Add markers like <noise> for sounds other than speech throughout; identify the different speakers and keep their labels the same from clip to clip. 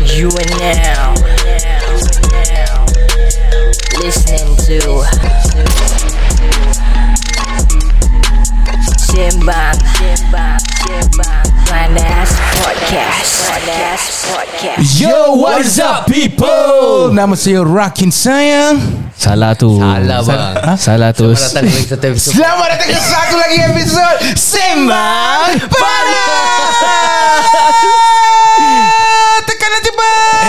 Speaker 1: You are now listening to Simbang Finance Podcast. Podcast. Podcast.
Speaker 2: Yo, what's up people? Nama saya Rakin Sayang
Speaker 3: Salah tu
Speaker 4: Salah, bang.
Speaker 3: ha? Salah tu
Speaker 4: Selamat datang <laughs> lagi satu episod
Speaker 2: Selamat datang ke satu lagi episod Sembang Panas Tekanan cepat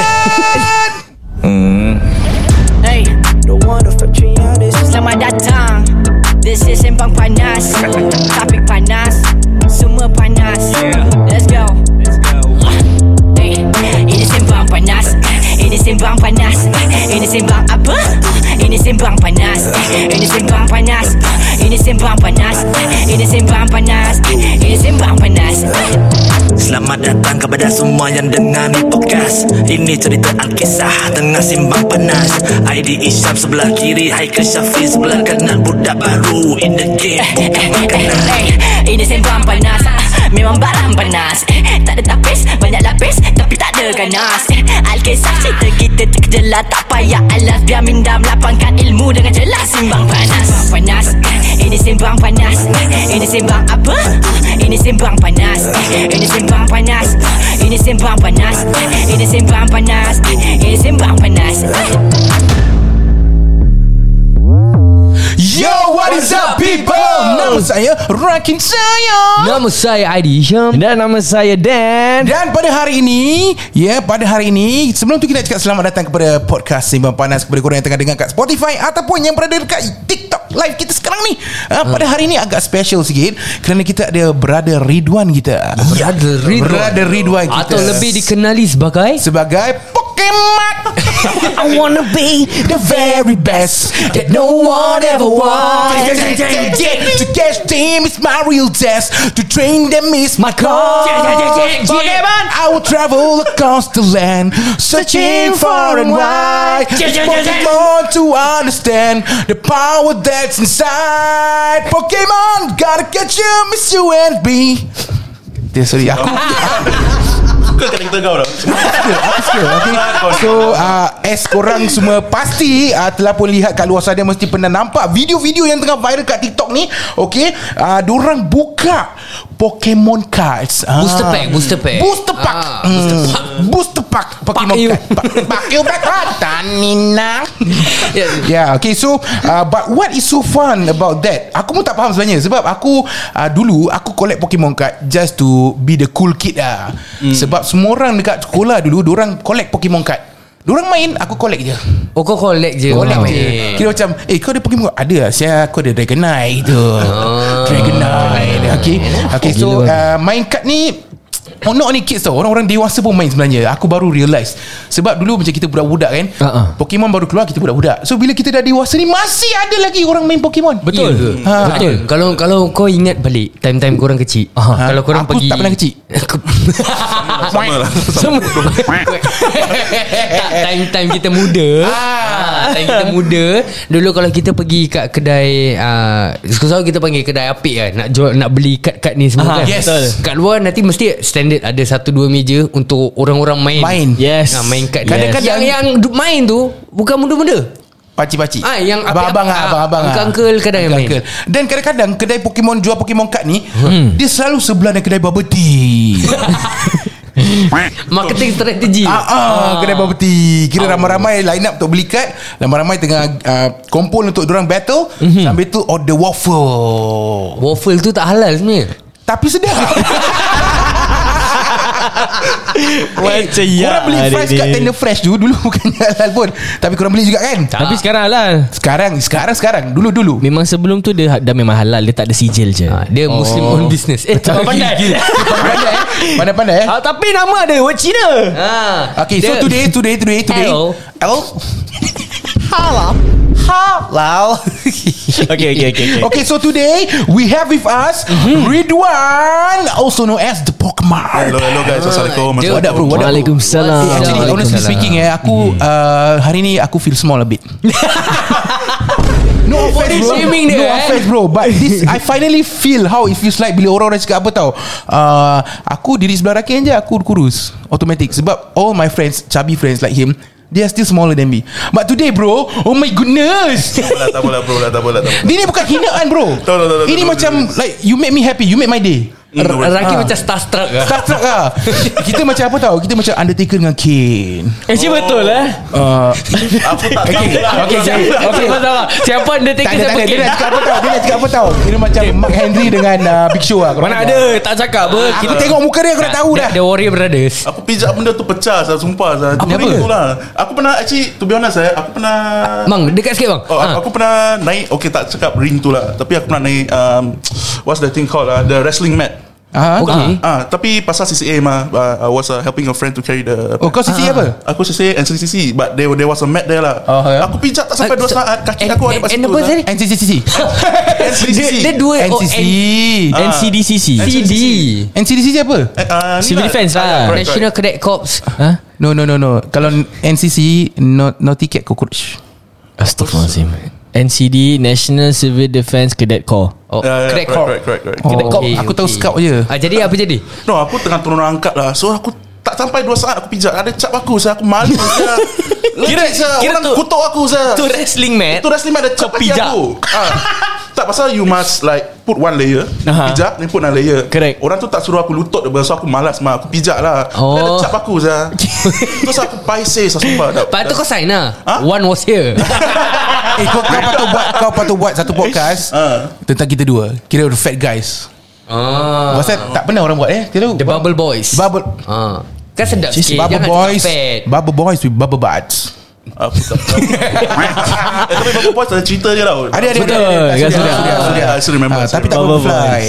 Speaker 1: Hey, selamat datang. This is Sembang Panas. <laughs> Topik panas, semua panas. Let's go. Hey, ini Sembang Panas. Ini Sembang Panas. Ini Sembang apa? Ini Sembang Panas. Ini Sembang Panas. Ini Sembang Panas. Ini Sembang Panas. Ini Sembang Panas.
Speaker 5: Selamat datang kepada semua yang dengar ni podcast Ini cerita Alkisah tengah simbang panas ID Isyam sebelah kiri Haikal Syafi sebelah kanan Budak baru in the game bukan makanan
Speaker 1: Eh, Ini sembang panas Ah, Memang barang panas Eh, Tak ada tapis Banyak lapis Tapi tak ada ganas Eh, Alkisah cerita kita terkejelah Tak payah alas Biar minda melapangkan ilmu Dengan jelas Simbang panas Simbang panas Eh, Ini simbang panas Eh, Ini simbang apa? Ah, Ini simbang panas Eh, Ini simbang panas Ah, Ini simbang panas Eh, Ini simbang panas Eh, Ini simbang panas Eh.
Speaker 2: Yo, what is up people? Nama saya Rakin Sayang
Speaker 4: Nama saya Aidy Hisham
Speaker 3: Dan nama saya Dan
Speaker 2: Dan pada hari ini Ya yeah, pada hari ini Sebelum tu kita nak cakap selamat datang kepada Podcast Simbang Panas Kepada korang yang tengah dengar kat Spotify Ataupun yang berada dekat TikTok live kita sekarang ni ha, Pada hari ini agak special sikit Kerana kita ada brother Ridwan kita
Speaker 4: Brother Ridwan.
Speaker 2: Brother Ridwan kita
Speaker 4: Ya. Atau lebih dikenali sebagai
Speaker 2: Sebagai Pokemon <laughs> I wanna be the very best That no one ever was To catch them is my real test To train them is my call Pokemon I will travel across the land Searching far and wide It's Pokemon to understand The power that's inside Pokemon Gotta catch you, miss you and me Dia sorry aku
Speaker 6: Kau kata kita kau tau
Speaker 2: Aku suka okay. So uh, As korang semua Pasti uh, Telah pun lihat Kat luar sana Mesti pernah nampak Video-video yang tengah viral Kat TikTok ni Okay uh, Diorang buka Pokemon cards ah.
Speaker 4: Booster pack, booster pack.
Speaker 2: Booster pack
Speaker 4: Ah,
Speaker 2: Hmm.
Speaker 4: booster pack.
Speaker 2: Booster pack Pokemon
Speaker 4: you.
Speaker 2: card Pa- Pack you back Ah, on Tanina
Speaker 4: <laughs> Ya,
Speaker 2: Yeah okay so uh, But what is so fun about that Aku pun tak faham sebenarnya Sebab aku uh, Dulu aku collect Pokemon card Just to be the cool kid lah mm. Sebab semua orang dekat sekolah dulu Diorang collect Pokemon card Diorang main Aku collect je
Speaker 4: Oh kau collect je
Speaker 2: Collect
Speaker 4: Wow.
Speaker 2: je Kira macam Eh kau ada Pokemon card Ada lah Saya aku ada Dragonite tu
Speaker 4: Oh.
Speaker 2: Dragonite Okay Okay so uh, Main card ni Oh, not only kids tau Orang-orang dewasa pun main sebenarnya Aku baru realise Sebab dulu macam kita budak-budak kan
Speaker 4: Ha-ha.
Speaker 2: Pokemon baru keluar Kita budak-budak So bila kita dah dewasa ni Masih ada lagi orang main Pokemon
Speaker 4: Betul
Speaker 2: Iya.
Speaker 4: ha. Betul Kalau kalau kau ingat balik Time-time korang kecil ha. Kalau korang
Speaker 2: Aku
Speaker 4: pergi
Speaker 2: tak pernah
Speaker 4: <laughs>
Speaker 2: kecil.
Speaker 6: Sama lah
Speaker 4: Semua Tak time-time kita muda ah. Time kita muda Dulu kalau kita pergi kat kedai uh, Sekarang kita panggil kedai apik kan Nak jual, nak beli kad-kad ni semua
Speaker 2: Ah,
Speaker 4: kan
Speaker 2: yes. Betul.
Speaker 4: Kat luar nanti mesti standard Ada satu dua meja Untuk orang-orang main
Speaker 2: Main.
Speaker 3: Yes.
Speaker 4: ha, Main kad
Speaker 2: Kadang-kadang-
Speaker 4: Yang, yang du- main tu Bukan muda-muda
Speaker 2: Pakcik-pakcik
Speaker 4: Ah, yang
Speaker 2: Abang-abang lah,
Speaker 4: api-
Speaker 2: Abang-abang
Speaker 4: ah, uncle-uncle kadang yang main.
Speaker 2: Uncle-uncle. Dan kadang-kadang Kedai Pokemon Jual Pokemon card ni
Speaker 4: Hmm.
Speaker 2: Dia selalu sebelah dengan kedai bubble tea
Speaker 4: Marketing strategi
Speaker 2: Ah, ah, kedai bubble tea.
Speaker 4: Ah.
Speaker 2: Kira ramai-ramai line up untuk beli kad, ramai-ramai tengah uh, kumpul untuk dorang battle,
Speaker 4: Mhm.
Speaker 2: mm-hmm. sambil tu order waffle.
Speaker 4: Waffle tu tak halal sebenarnya
Speaker 2: Tapi
Speaker 4: <laughs>
Speaker 2: sedap.
Speaker 3: Macam
Speaker 2: Eh,
Speaker 4: ya,
Speaker 2: korang beli fries kat tender fresh tu dulu <laughs> bukan halal pun. Tapi korang beli juga kan?
Speaker 3: Tapi sekarang halal
Speaker 2: Sekarang, sekarang, sekarang. Dulu, dulu.
Speaker 3: Memang sebelum tu dia ha- dah memang halal Dia tak ada sijil je
Speaker 4: ha, Dia Muslim
Speaker 3: Oh.
Speaker 4: own business Eh tak
Speaker 2: <laughs>
Speaker 4: pandai
Speaker 2: Pandai, eh? pandai-pandai. Eh?
Speaker 3: ah, Tapi nama ada Word Cina
Speaker 4: ha.
Speaker 2: <laughs> Okay, so today, today, today, today.
Speaker 4: L.
Speaker 2: L. Halal. Halal.
Speaker 3: <laughs> Okay okay okay, Mm-hmm. okay.
Speaker 2: Okay, so today we have with us Ridwan, also known as the
Speaker 6: Hello
Speaker 2: Pokemon.
Speaker 6: hello guys Assalamualaikum
Speaker 4: Dia-
Speaker 2: What up, bro? What up?
Speaker 3: Waalaikumsalam.
Speaker 2: Eh, actually, honestly Mm-hmm.
Speaker 4: Waalaikumsalam.
Speaker 2: speaking, eh, aku uh, hari ni aku feel small a bit. no, <laughs> No offense bro
Speaker 4: shaming dia,
Speaker 2: No
Speaker 4: eh.
Speaker 2: offense bro But this I finally feel How it feels like Bila orang-orang cakap apa tau uh, Aku diri sebelah rakin je Aku kurus Automatic Sebab all my friends Chubby friends like him They are still smaller than me But today bro Oh my goodness
Speaker 6: Apalah, tak apalah bro lah, tak apalah, tak apalah.
Speaker 2: Ini bukan hinaan bro
Speaker 6: Tahu, tahu, tahu,
Speaker 2: Ini
Speaker 6: tahu,
Speaker 2: macam
Speaker 6: tahu, tahu.
Speaker 2: Like you make me happy You make my day
Speaker 6: Hmm, no worries.
Speaker 4: Raki macam starstruck lah
Speaker 2: Star Trek lah Kita macam apa tau Kita macam Undertaker dengan Kane
Speaker 3: Actually betul eh
Speaker 2: uh,
Speaker 6: Aku tak tahu lah.
Speaker 4: Ah, Okay,
Speaker 6: Aku tak
Speaker 4: Eh, siapa, okay. Siapa, siapa, siapa
Speaker 2: Tak
Speaker 4: Undertaker
Speaker 2: ada, tak ada
Speaker 4: siapa
Speaker 2: Dia
Speaker 4: Kane
Speaker 2: nak cakap apa tau Dia nak cakap apa tau Dia macam Mark Henry dengan uh, Big Show lah korang
Speaker 3: Mana
Speaker 2: tengok.
Speaker 3: ada Tak cakap
Speaker 4: Ah,
Speaker 3: apa
Speaker 2: Aku
Speaker 3: Kita
Speaker 2: tengok muka dia Aku dah tahu dah
Speaker 4: The Warrior Brothers
Speaker 6: Aku pijak benda tu pecah saya sumpah saya. Apa
Speaker 2: apa?
Speaker 6: Itulah. lah. Aku pernah actually to be honest saya, aku pernah
Speaker 4: Bang dekat sikit Ah. bang
Speaker 6: Oh, ha. aku pernah naik Okay tak cakap ring tu lah Tapi aku pernah naik um, What's the thing called uh, The wrestling mat
Speaker 2: Ah,
Speaker 4: Okay
Speaker 6: Ah, Tapi pasal CCA mah uh, I was uh, helping a friend to carry the
Speaker 2: Oh kau sisi apa?
Speaker 6: Aku CCA and CCC But there, there was a mat there lah
Speaker 2: Oh, yeah.
Speaker 6: Aku pijak tak sampai 2
Speaker 4: Ah, so-
Speaker 6: saat Kaki
Speaker 4: and-
Speaker 6: aku ada
Speaker 4: and-
Speaker 6: pasal
Speaker 4: and apa tadi?
Speaker 2: NCCC
Speaker 6: NCCC
Speaker 4: Dia dua oh,
Speaker 2: NCC Ah.
Speaker 3: Dan CDCC
Speaker 4: CD
Speaker 2: NCCC apa?
Speaker 6: uh,
Speaker 3: Civil defense
Speaker 4: ah.
Speaker 3: lah.
Speaker 6: correct, correct.
Speaker 4: National Cadet Corps
Speaker 3: Ha?
Speaker 2: No no no no Kalau NCC not, Naughty Cat Cockroach
Speaker 3: Astaghfirullahaladzim NCD National Civil Defence Cadet Corps
Speaker 4: Oh,
Speaker 6: Yeah, yeah,
Speaker 4: Cadet
Speaker 6: correct,
Speaker 4: Corps Oh,
Speaker 6: correct, correct, correct.
Speaker 2: Cadet Corps, aku tahu scout je.
Speaker 4: ah, Jadi apa jadi?
Speaker 6: No aku tengah turun orang angkat lah So aku tak sampai 2 saat aku pijak Ada cap aku saya Aku
Speaker 3: <laughs>
Speaker 6: malu saya Kira,
Speaker 3: kira
Speaker 6: Orang
Speaker 3: tu-
Speaker 6: kutuk aku saya
Speaker 4: <laughs>
Speaker 3: Tu wrestling mat
Speaker 6: Tu wrestling mat ada cap
Speaker 3: Kau
Speaker 6: kaki
Speaker 3: pijak.
Speaker 6: aku ah. Tak pasal you must like Put one layer
Speaker 3: Aha.
Speaker 6: Pijak Then put another layer
Speaker 3: Correct.
Speaker 6: Orang tu tak suruh aku lutut dia, So aku malas mah Aku pijak lah Dia ada
Speaker 4: Oh.
Speaker 6: cap aku
Speaker 3: <laughs>
Speaker 6: saya Terus aku paiseh Saya sumpah tak-
Speaker 4: Lepas tu kau sign lah
Speaker 6: Ha?
Speaker 4: One was here
Speaker 2: Eh kau, kau patut buat Kau patut buat satu podcast
Speaker 6: Ah.
Speaker 2: Tentang kita dua Kira the fat guys
Speaker 4: ah,
Speaker 2: Pasal tak pernah orang buat eh Kira
Speaker 4: The Bubble Boys
Speaker 2: Bubble
Speaker 4: ah. Kan sedap
Speaker 2: Just
Speaker 4: sikit
Speaker 2: Bubble
Speaker 4: Jangan
Speaker 2: boys
Speaker 4: cakap fat.
Speaker 2: Bubble boys with bubble butts
Speaker 6: Ah, Aku tak
Speaker 3: <laughs>
Speaker 6: tahu eh, Tapi Bapak Boys ada cerita je lah
Speaker 2: Ada ada
Speaker 3: Betul,
Speaker 2: ada, ada.
Speaker 3: kan,
Speaker 2: Suria,
Speaker 3: sudah.
Speaker 2: suria, suria.
Speaker 6: Ah, I still remember,
Speaker 2: Ah,
Speaker 6: I still
Speaker 2: Tapi tak
Speaker 3: remember.
Speaker 2: bubble fly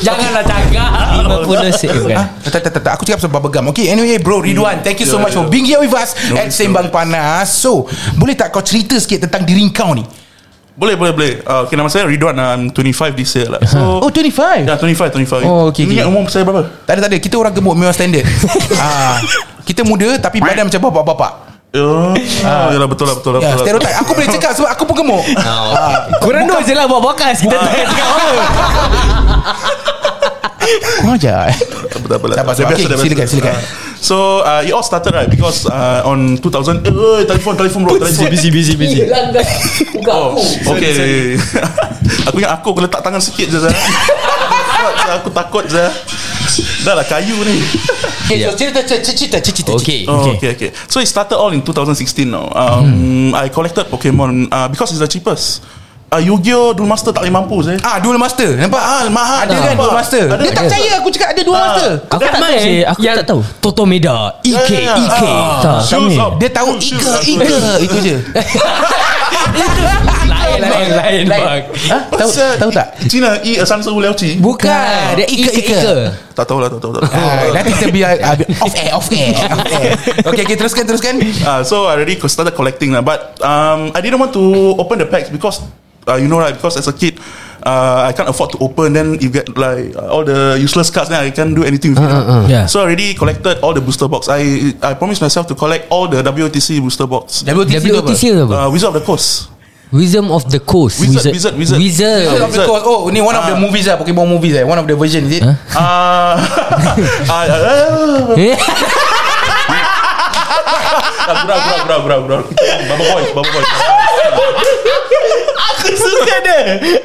Speaker 4: <laughs> Janganlah cakap
Speaker 3: 50 sen
Speaker 4: Eh.
Speaker 2: Ah, Tak tak tak tak. Aku cakap pasal bubble gum Okay anyway bro Ridwan Thank you so much for being here with us
Speaker 6: No,
Speaker 2: At
Speaker 6: it's
Speaker 2: Sembang Panas So Boleh tak kau cerita sikit Tentang diri kau ni
Speaker 6: Boleh boleh boleh Ah, Okay nama saya Ridwan I'm 25 this year lah So
Speaker 2: Oh 25
Speaker 6: Ya 25 25
Speaker 2: Oh, okay, okay.
Speaker 6: Ingat umur saya berapa?
Speaker 2: Tak ada tak ada Kita orang gemuk Memang standard ah, Kita muda Tapi badan macam bapak-bapak
Speaker 6: Oh, ah, yalah, betul lah betul lah
Speaker 2: Ya
Speaker 6: betul lah.
Speaker 2: stereotip Aku boleh cakap Sebab aku pun gemuk Eh, ah,
Speaker 3: Korang dua je lah buat podcast Kita tak cakap apa
Speaker 2: Kurang ajar eh.
Speaker 6: Tak apalah.
Speaker 2: Sabar, sabar.
Speaker 6: Dah biasa,
Speaker 2: Okay,
Speaker 6: dah biasa.
Speaker 2: silakan, silakan.
Speaker 6: Ah. So uh, it all started right because uh, on 2000 eh oi, telefon telefon bro telefon.
Speaker 3: busy busy
Speaker 4: Hilang dah Buka
Speaker 6: Oh,
Speaker 4: aku
Speaker 6: okay. <laughs> aku ingat aku aku letak tangan sikit je Zah. <laughs> Fuck, Zah, aku takut Zah. Dah lah kayu ni.
Speaker 2: Okay Eh, so cerita cerita cerita cerita
Speaker 4: Okay
Speaker 6: Oh, okay. okay, So it started all in 2016 now.
Speaker 2: Hmm.
Speaker 6: Um, I collected Pokemon uh, because it's the cheapest. Uh, Yu-Gi-Oh! Duel Master tak boleh eh? mampu saya.
Speaker 2: Ah dual master Nampak ah,
Speaker 6: mahal
Speaker 2: Ada
Speaker 6: tau.
Speaker 2: kan dual master
Speaker 6: Ada.
Speaker 2: Dia tak
Speaker 6: Ada.
Speaker 2: percaya aku cakap ada dual master
Speaker 3: Aku tak tahu sih Aku tak tahu
Speaker 4: Toto Meda E EK
Speaker 6: Ya, ya, ya.
Speaker 4: EK
Speaker 6: Ah.
Speaker 4: Tak
Speaker 6: Shoes
Speaker 3: kami.
Speaker 6: up.
Speaker 2: Dia tahu
Speaker 6: Shoes,
Speaker 2: Ika
Speaker 6: shoes,
Speaker 2: Ika Itu je
Speaker 4: Lain lain lain bang
Speaker 2: Ha? Tahu
Speaker 6: Pasal
Speaker 2: tahu tak
Speaker 6: Cina E Asan Sewu Liao Chi
Speaker 4: Bukan E Dia
Speaker 2: Ika,
Speaker 4: Ika
Speaker 2: Ika.
Speaker 4: Ika
Speaker 6: Tak tahu lah tak tahu, tak tahu.
Speaker 2: Ah, Nanti kita biar ah, biar- Off air Off air off air. Okay okay teruskan teruskan
Speaker 6: Uh, so I already started collecting lah, but um, I didn't want to open the packs because uh, you know right because as a kid uh, I can't afford to open. Then you get like uh, all the useless cards. Then I can't do anything
Speaker 2: Uh,
Speaker 6: with it.
Speaker 3: Yeah.
Speaker 6: So I already collected all the booster box. I I promised myself to collect all the WTC booster box.
Speaker 2: WTC tu apa?
Speaker 4: WTC tu apa?
Speaker 6: Uh, Wizard of the Coast.
Speaker 4: Wisdom of the Coast
Speaker 6: Wizard,
Speaker 3: Wizard.
Speaker 6: wizard, wizard.
Speaker 4: Wizard
Speaker 2: Wizard of the Coast. Oh, ni one of the movies lah, Pokemon movies eh. One of the version is it?
Speaker 6: Uh, ah, ah,
Speaker 4: Eh?
Speaker 6: ah, gurau, gurau, gurau, gurau, gurau. Baba boys, baba boys.
Speaker 3: Suka dia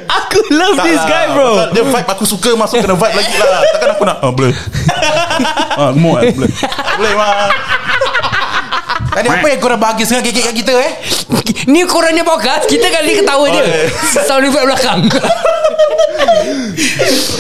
Speaker 3: Aku love
Speaker 6: Tak
Speaker 3: this
Speaker 6: lah,
Speaker 3: guy bro
Speaker 6: pasal Dia vibe aku suka Masuk kena vibe lagi lah Takkan aku nak ah, Boleh <laughs> ah, Gemuk kan Boleh Boleh mah
Speaker 2: Tadi apa yang korang bagi sengaja kekek kat kita eh?
Speaker 4: <laughs> Ni korangnya podcast Kita kali ketawa dia Sound effect
Speaker 6: <laughs>
Speaker 4: belakang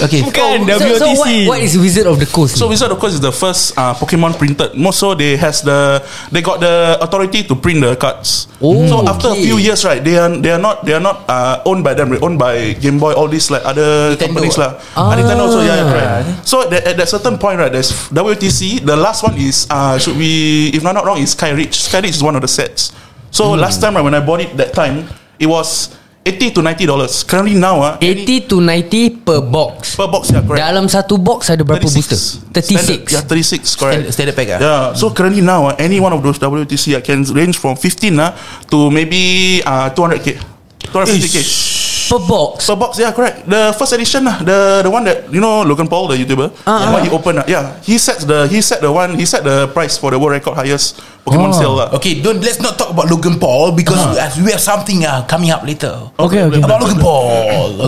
Speaker 2: Okay.
Speaker 3: Bukan
Speaker 4: So, so
Speaker 3: WTC
Speaker 4: what, what is Wizard of the Coast
Speaker 6: So
Speaker 4: ni?
Speaker 6: Wizard of course is the first uh, Pokemon printed Most so they has the They got the authority To print the cards
Speaker 4: Oh,
Speaker 6: So after a
Speaker 4: okay.
Speaker 6: few years right They are they are not They are not uh, Owned by them Owned by Game Boy All these like Other
Speaker 2: Nintendo.
Speaker 6: companies lah ah. Nintendo also yeah, right. So that, at that certain point right There's WTC The last one is uh, Should be If I'm not wrong Is Skyreach Skyreach is one of the sets So last time right When I bought it that time It was 80 to 90 dollars Currently now uh,
Speaker 4: 80 to 90 per box
Speaker 6: Per box yeah correct
Speaker 4: Dalam satu box ada berapa
Speaker 6: 36.
Speaker 4: booster?
Speaker 6: Standard,
Speaker 4: 36
Speaker 6: Ya, yeah, 36, correct.
Speaker 2: Standard- standard pack ah?
Speaker 6: Yeah. So currently now, ah, ah, uh, any one of those WTC I can range from 15 uh, to maybe uh, 200k. 250k
Speaker 4: Per box
Speaker 6: per box. Yeah, correct. The first edition lah, the the one that you know Logan Paul, the YouTuber,
Speaker 2: Ah,
Speaker 6: the one he opened. lah. Yeah, he set the he set the one he set the price for the world record highest Pokemon sale. ah. lah.
Speaker 2: Okay, don't let's not talk about Logan Paul because we, have, we have something uh, coming up later.
Speaker 3: Okay, okay.
Speaker 2: About Logan Paul.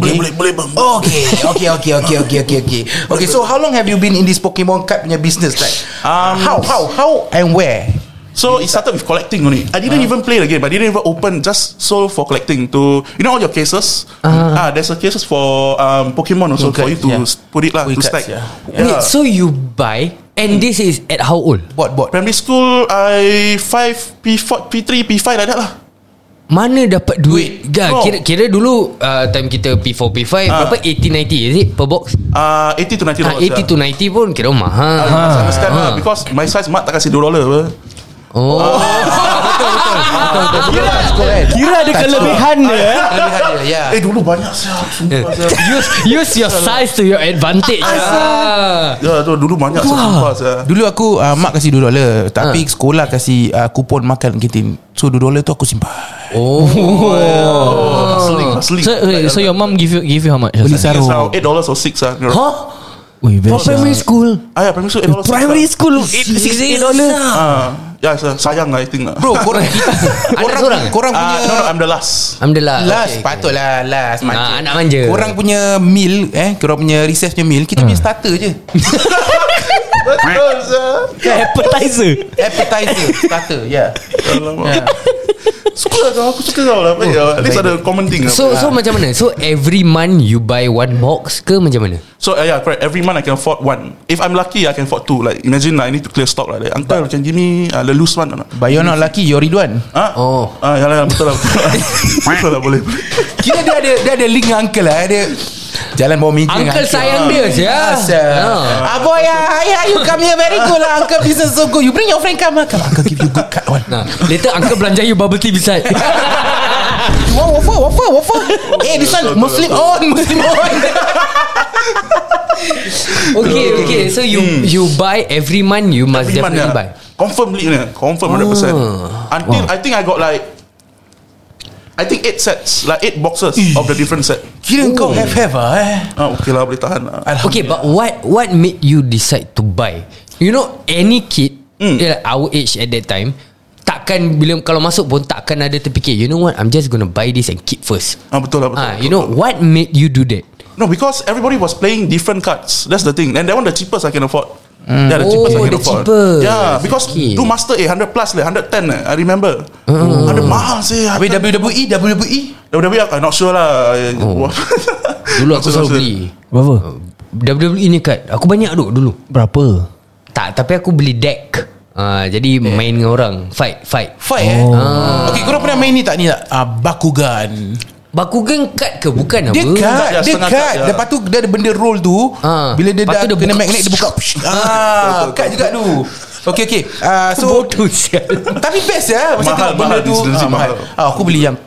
Speaker 2: Okay.
Speaker 6: Boleh, boleh, boleh, bang.
Speaker 2: Oh, okay, okay, okay, okay, okay, okay, okay. Okay, so how long have you been in this Pokemon card punya business? Like,
Speaker 6: Um,
Speaker 2: how, how, how, and where?
Speaker 6: So it started with collecting only. I didn't even play the game. I didn't even open. Just sold for collecting. To you know all your cases. Ah, there's a cases for um, Pokemon also for you to
Speaker 2: yeah.
Speaker 6: s- put it lah to
Speaker 2: Pokecards,
Speaker 6: stack.
Speaker 2: yeah.
Speaker 4: Wait,
Speaker 6: Yeah.
Speaker 4: so you buy And this is at how old?
Speaker 2: What, what?
Speaker 6: Primary school, I five P four P three P five like that lah.
Speaker 4: Mana dapat duit? Ya,
Speaker 6: Oh.
Speaker 4: kira, kira dulu uh, Time kita P4, P5 Berapa? 80, 90 is it? Per box?
Speaker 6: Ah, uh, 80 to 90
Speaker 4: Ha, 80
Speaker 6: dollars.
Speaker 4: to 90 pun kira mahal
Speaker 6: I must understand lah because my size mak tak kasih 2 dollar apa.
Speaker 4: Oh,
Speaker 3: Ah, Kira ada kelebihan dia
Speaker 2: Yeah.
Speaker 6: Eh dulu banyak siap Sumpah siap
Speaker 4: use use your size to your advantage. Ah.
Speaker 6: <laughs> Ya tu dulu banyak siap Sumpah siap
Speaker 2: Dulu aku uh, Mak kasih 2 dolar Tapi
Speaker 4: Ah.
Speaker 2: sekolah kasih uh, Kupon makan kantin So 2 dolar tu aku simpan
Speaker 4: Oh,
Speaker 6: Hustling Hustling
Speaker 4: eh,
Speaker 3: So, wait, so your mom give you give you how much?
Speaker 2: Beli
Speaker 6: Yes,
Speaker 2: sarung
Speaker 6: now 8 dollars or 6 lah
Speaker 4: Huh?
Speaker 3: Wih, best.
Speaker 4: school.
Speaker 6: Ah ya primary school 8 dollars
Speaker 3: school.
Speaker 4: $68.
Speaker 6: Ah, Ya sir, sayang lah I think lah
Speaker 2: Bro
Speaker 4: <laughs>
Speaker 2: korang Korang,
Speaker 4: seorang?
Speaker 2: korang
Speaker 6: Ah,
Speaker 2: punya
Speaker 6: No no I'm the last
Speaker 4: Alhamdulillah.
Speaker 2: Last
Speaker 4: Okay, okay.
Speaker 2: Patutlah last manja.
Speaker 4: Ah, anak manja. <laughs>
Speaker 2: Korang punya meal eh, Korang punya recess punya meal Kita punya starter je
Speaker 6: Betul sir
Speaker 3: Appetizer.
Speaker 2: <laughs> Appetizer Starter ya. yeah.
Speaker 6: Alamak Suka lah kau Aku suka kau lah Baik lah At least ada common thing lah.
Speaker 4: So so macam mana? So every month you buy one box ke macam mana?
Speaker 6: So uh, yeah, correct. Every month I can afford one. If I'm lucky, I can afford two. Like imagine like, I need to clear stock like that. Uncle, can give me uh, the loose one or not?
Speaker 2: But you're not lucky You're Ridwan
Speaker 6: Ah,
Speaker 4: Oh.
Speaker 6: Ah, ya lah, betul lah. betul
Speaker 4: <laughs>
Speaker 6: lah. <laughs> betul lah, boleh. boleh.
Speaker 2: Kira dia ada Dia ada link dengan uncle lah Dia Jalan bawah meja dengan Hmm.
Speaker 4: Uncle sayang dia je. Ah.
Speaker 2: Ah boy ah, yeah, you come here very good lah Uncle business so good You bring your friend come lah Come uncle give you good card one
Speaker 4: Nah, Ah, later uncle belanja you bubble tea beside. <laughs>
Speaker 2: You want waffle waffle waffle Eh this one Muslim on Muslim
Speaker 4: <laughs>
Speaker 2: on
Speaker 4: okay, okay. So you you buy every month you must
Speaker 6: Every month,
Speaker 4: definitely
Speaker 6: yeah.
Speaker 4: buy. Ah.
Speaker 6: Confirm lead ni. Confirm 100%. Until I think I got like I think 8 sets Like 8 boxes Of the different set
Speaker 2: Kira
Speaker 4: Oh.
Speaker 2: kau have have ah eh
Speaker 6: ah, Okay lah boleh tahan lah
Speaker 4: Okay, but what what made you decide to buy? You know, any kid
Speaker 6: Mm.
Speaker 4: yeah, our age at that time takkan bila kalau masuk pun takkan ada terfikir. You know what? I'm just gonna buy this and keep first.
Speaker 6: ah, Betul lah betul,
Speaker 4: Ah,
Speaker 6: betul.
Speaker 4: you know what made you do that?
Speaker 6: No because everybody was playing Different cards That's the thing And that one the cheapest I can afford Yeah, the
Speaker 4: Oh,
Speaker 6: cheapest I can
Speaker 4: the
Speaker 6: afford.
Speaker 4: cheapest.
Speaker 6: Yeah, because
Speaker 4: Okay. Oh.
Speaker 6: do master eh 100 plus leh, 110 leh, eh, I remember. Ada mahal sih.
Speaker 2: Habis WWE WWE
Speaker 6: WWE I'm not sure lah. <laughs> Oh.
Speaker 4: Dulu aku selalu beli Uh,
Speaker 3: Berapa?
Speaker 4: WWE E ni kad Aku banyak duk dulu
Speaker 3: Berapa?
Speaker 4: Tak tapi aku beli deck Ah, Jadi main dengan orang Fight Fight
Speaker 2: Fight eh
Speaker 4: Oh.
Speaker 2: Okay korang pernah main ni tak ni tak Ah, Bakugan
Speaker 4: Bakugan kad ke bukan
Speaker 2: Dia
Speaker 4: apa
Speaker 2: cut
Speaker 6: Ya,
Speaker 2: Dia
Speaker 6: setengah
Speaker 2: cut
Speaker 6: kad, ya.
Speaker 2: Lepas tu dia ada benda roll tu
Speaker 4: Ah.
Speaker 2: Bila dia
Speaker 4: Lepas
Speaker 2: dah
Speaker 4: tu dia
Speaker 2: kena
Speaker 4: buka.
Speaker 2: magnet Dia buka <laughs> Ah, Cut juga tu Okay okay Ah, So
Speaker 4: Bodoh sial
Speaker 2: <laughs> Tapi best ya Masa
Speaker 6: Mahal,
Speaker 2: tengok benda
Speaker 6: mahal,
Speaker 2: tu
Speaker 6: definitely
Speaker 2: ah, mahal.
Speaker 6: mahal.
Speaker 2: Ah, Aku beli yang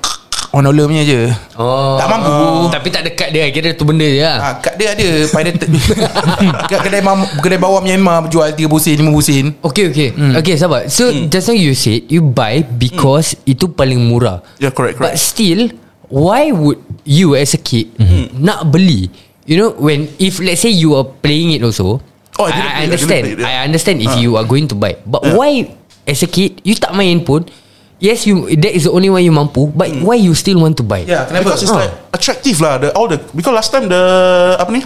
Speaker 2: On dollar punya je
Speaker 4: Oh.
Speaker 2: Tak mampu
Speaker 4: Tapi tak ada kad dia Kira tu benda je lah
Speaker 2: Ah, kat dia ada Pirate
Speaker 4: <laughs>
Speaker 2: <laughs> Kat kedai, mam, kedai bawah punya Memang jual 3 busin 5 busin
Speaker 4: Okay okay
Speaker 6: Hmm.
Speaker 4: Okay sabar So just now you said You buy because Itu paling murah
Speaker 6: Yeah, correct,
Speaker 4: But
Speaker 6: correct.
Speaker 4: still Why would you as a kid
Speaker 6: Hmm.
Speaker 4: Nak beli You know when If let's say you are playing it also
Speaker 6: Oh, I
Speaker 4: I, I
Speaker 6: didn't play, I didn't
Speaker 4: understand
Speaker 6: play it, yeah. Ah.
Speaker 4: I understand if you are going to buy But why As a kid You tak main pun Yes you That is the only way you mampu But why you still want to buy
Speaker 6: Yeah,
Speaker 2: kenapa?
Speaker 6: Hmm. Because it's
Speaker 4: Ah.
Speaker 6: like attractive lah. The all the because last time the apa ni,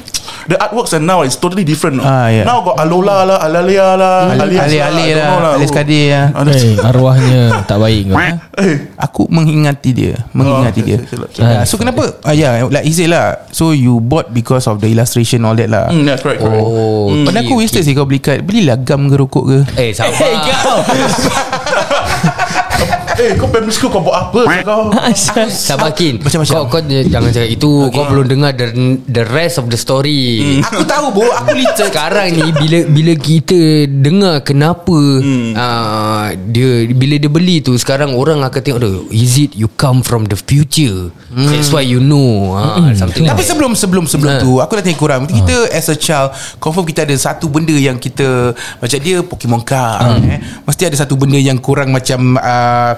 Speaker 6: the artworks and now is totally different. no?
Speaker 2: Ah, yeah.
Speaker 6: Now got Alola lah, Alalia lah,
Speaker 4: Hmm.
Speaker 2: Ali
Speaker 6: Alias
Speaker 2: Ali
Speaker 6: lah,
Speaker 2: Ali
Speaker 6: I don't
Speaker 2: lah
Speaker 6: know
Speaker 2: Ali Skadir lah
Speaker 6: Ada <laughs>
Speaker 3: Hey, arwahnya tak baik kau. eh?
Speaker 6: eh,
Speaker 2: Aku mengingati dia Mengingati
Speaker 6: Oh,
Speaker 2: dia
Speaker 6: okay, okay, okay.
Speaker 2: Ah, So kenapa ah, yeah, Like he said lah So you bought because of the illustration All that lah
Speaker 6: mm, yeah, correct, correct.
Speaker 4: Oh Hmm. okay,
Speaker 2: Pernah aku wasted sih kau beli kad Belilah gam ke rokok ke
Speaker 4: Eh
Speaker 6: <laughs>
Speaker 4: sabar hey,
Speaker 6: Eh, kau primary school kau buat apa sih kau?
Speaker 4: Sabar Kin
Speaker 2: Macam-macam.
Speaker 4: Kau, kau je- jangan cakap itu Kau belum dengar the, the rest of the story
Speaker 2: Hmm. Aku tahu bo Aku liter
Speaker 4: Sekarang ni Bila bila kita Dengar kenapa
Speaker 2: Hmm.
Speaker 4: ah, Dia Bila dia beli tu Sekarang orang akan tengok dia, Is it you come from the future That's why you know ah, Something
Speaker 2: Hmm. Tapi
Speaker 4: like
Speaker 2: sebelum sebelum sebelum
Speaker 4: Ha.
Speaker 2: tu aku nak tanya korang kita as a child confirm kita ada satu benda yang kita macam dia Pokemon
Speaker 4: Hmm.
Speaker 2: card eh mesti ada satu benda yang korang macam uh,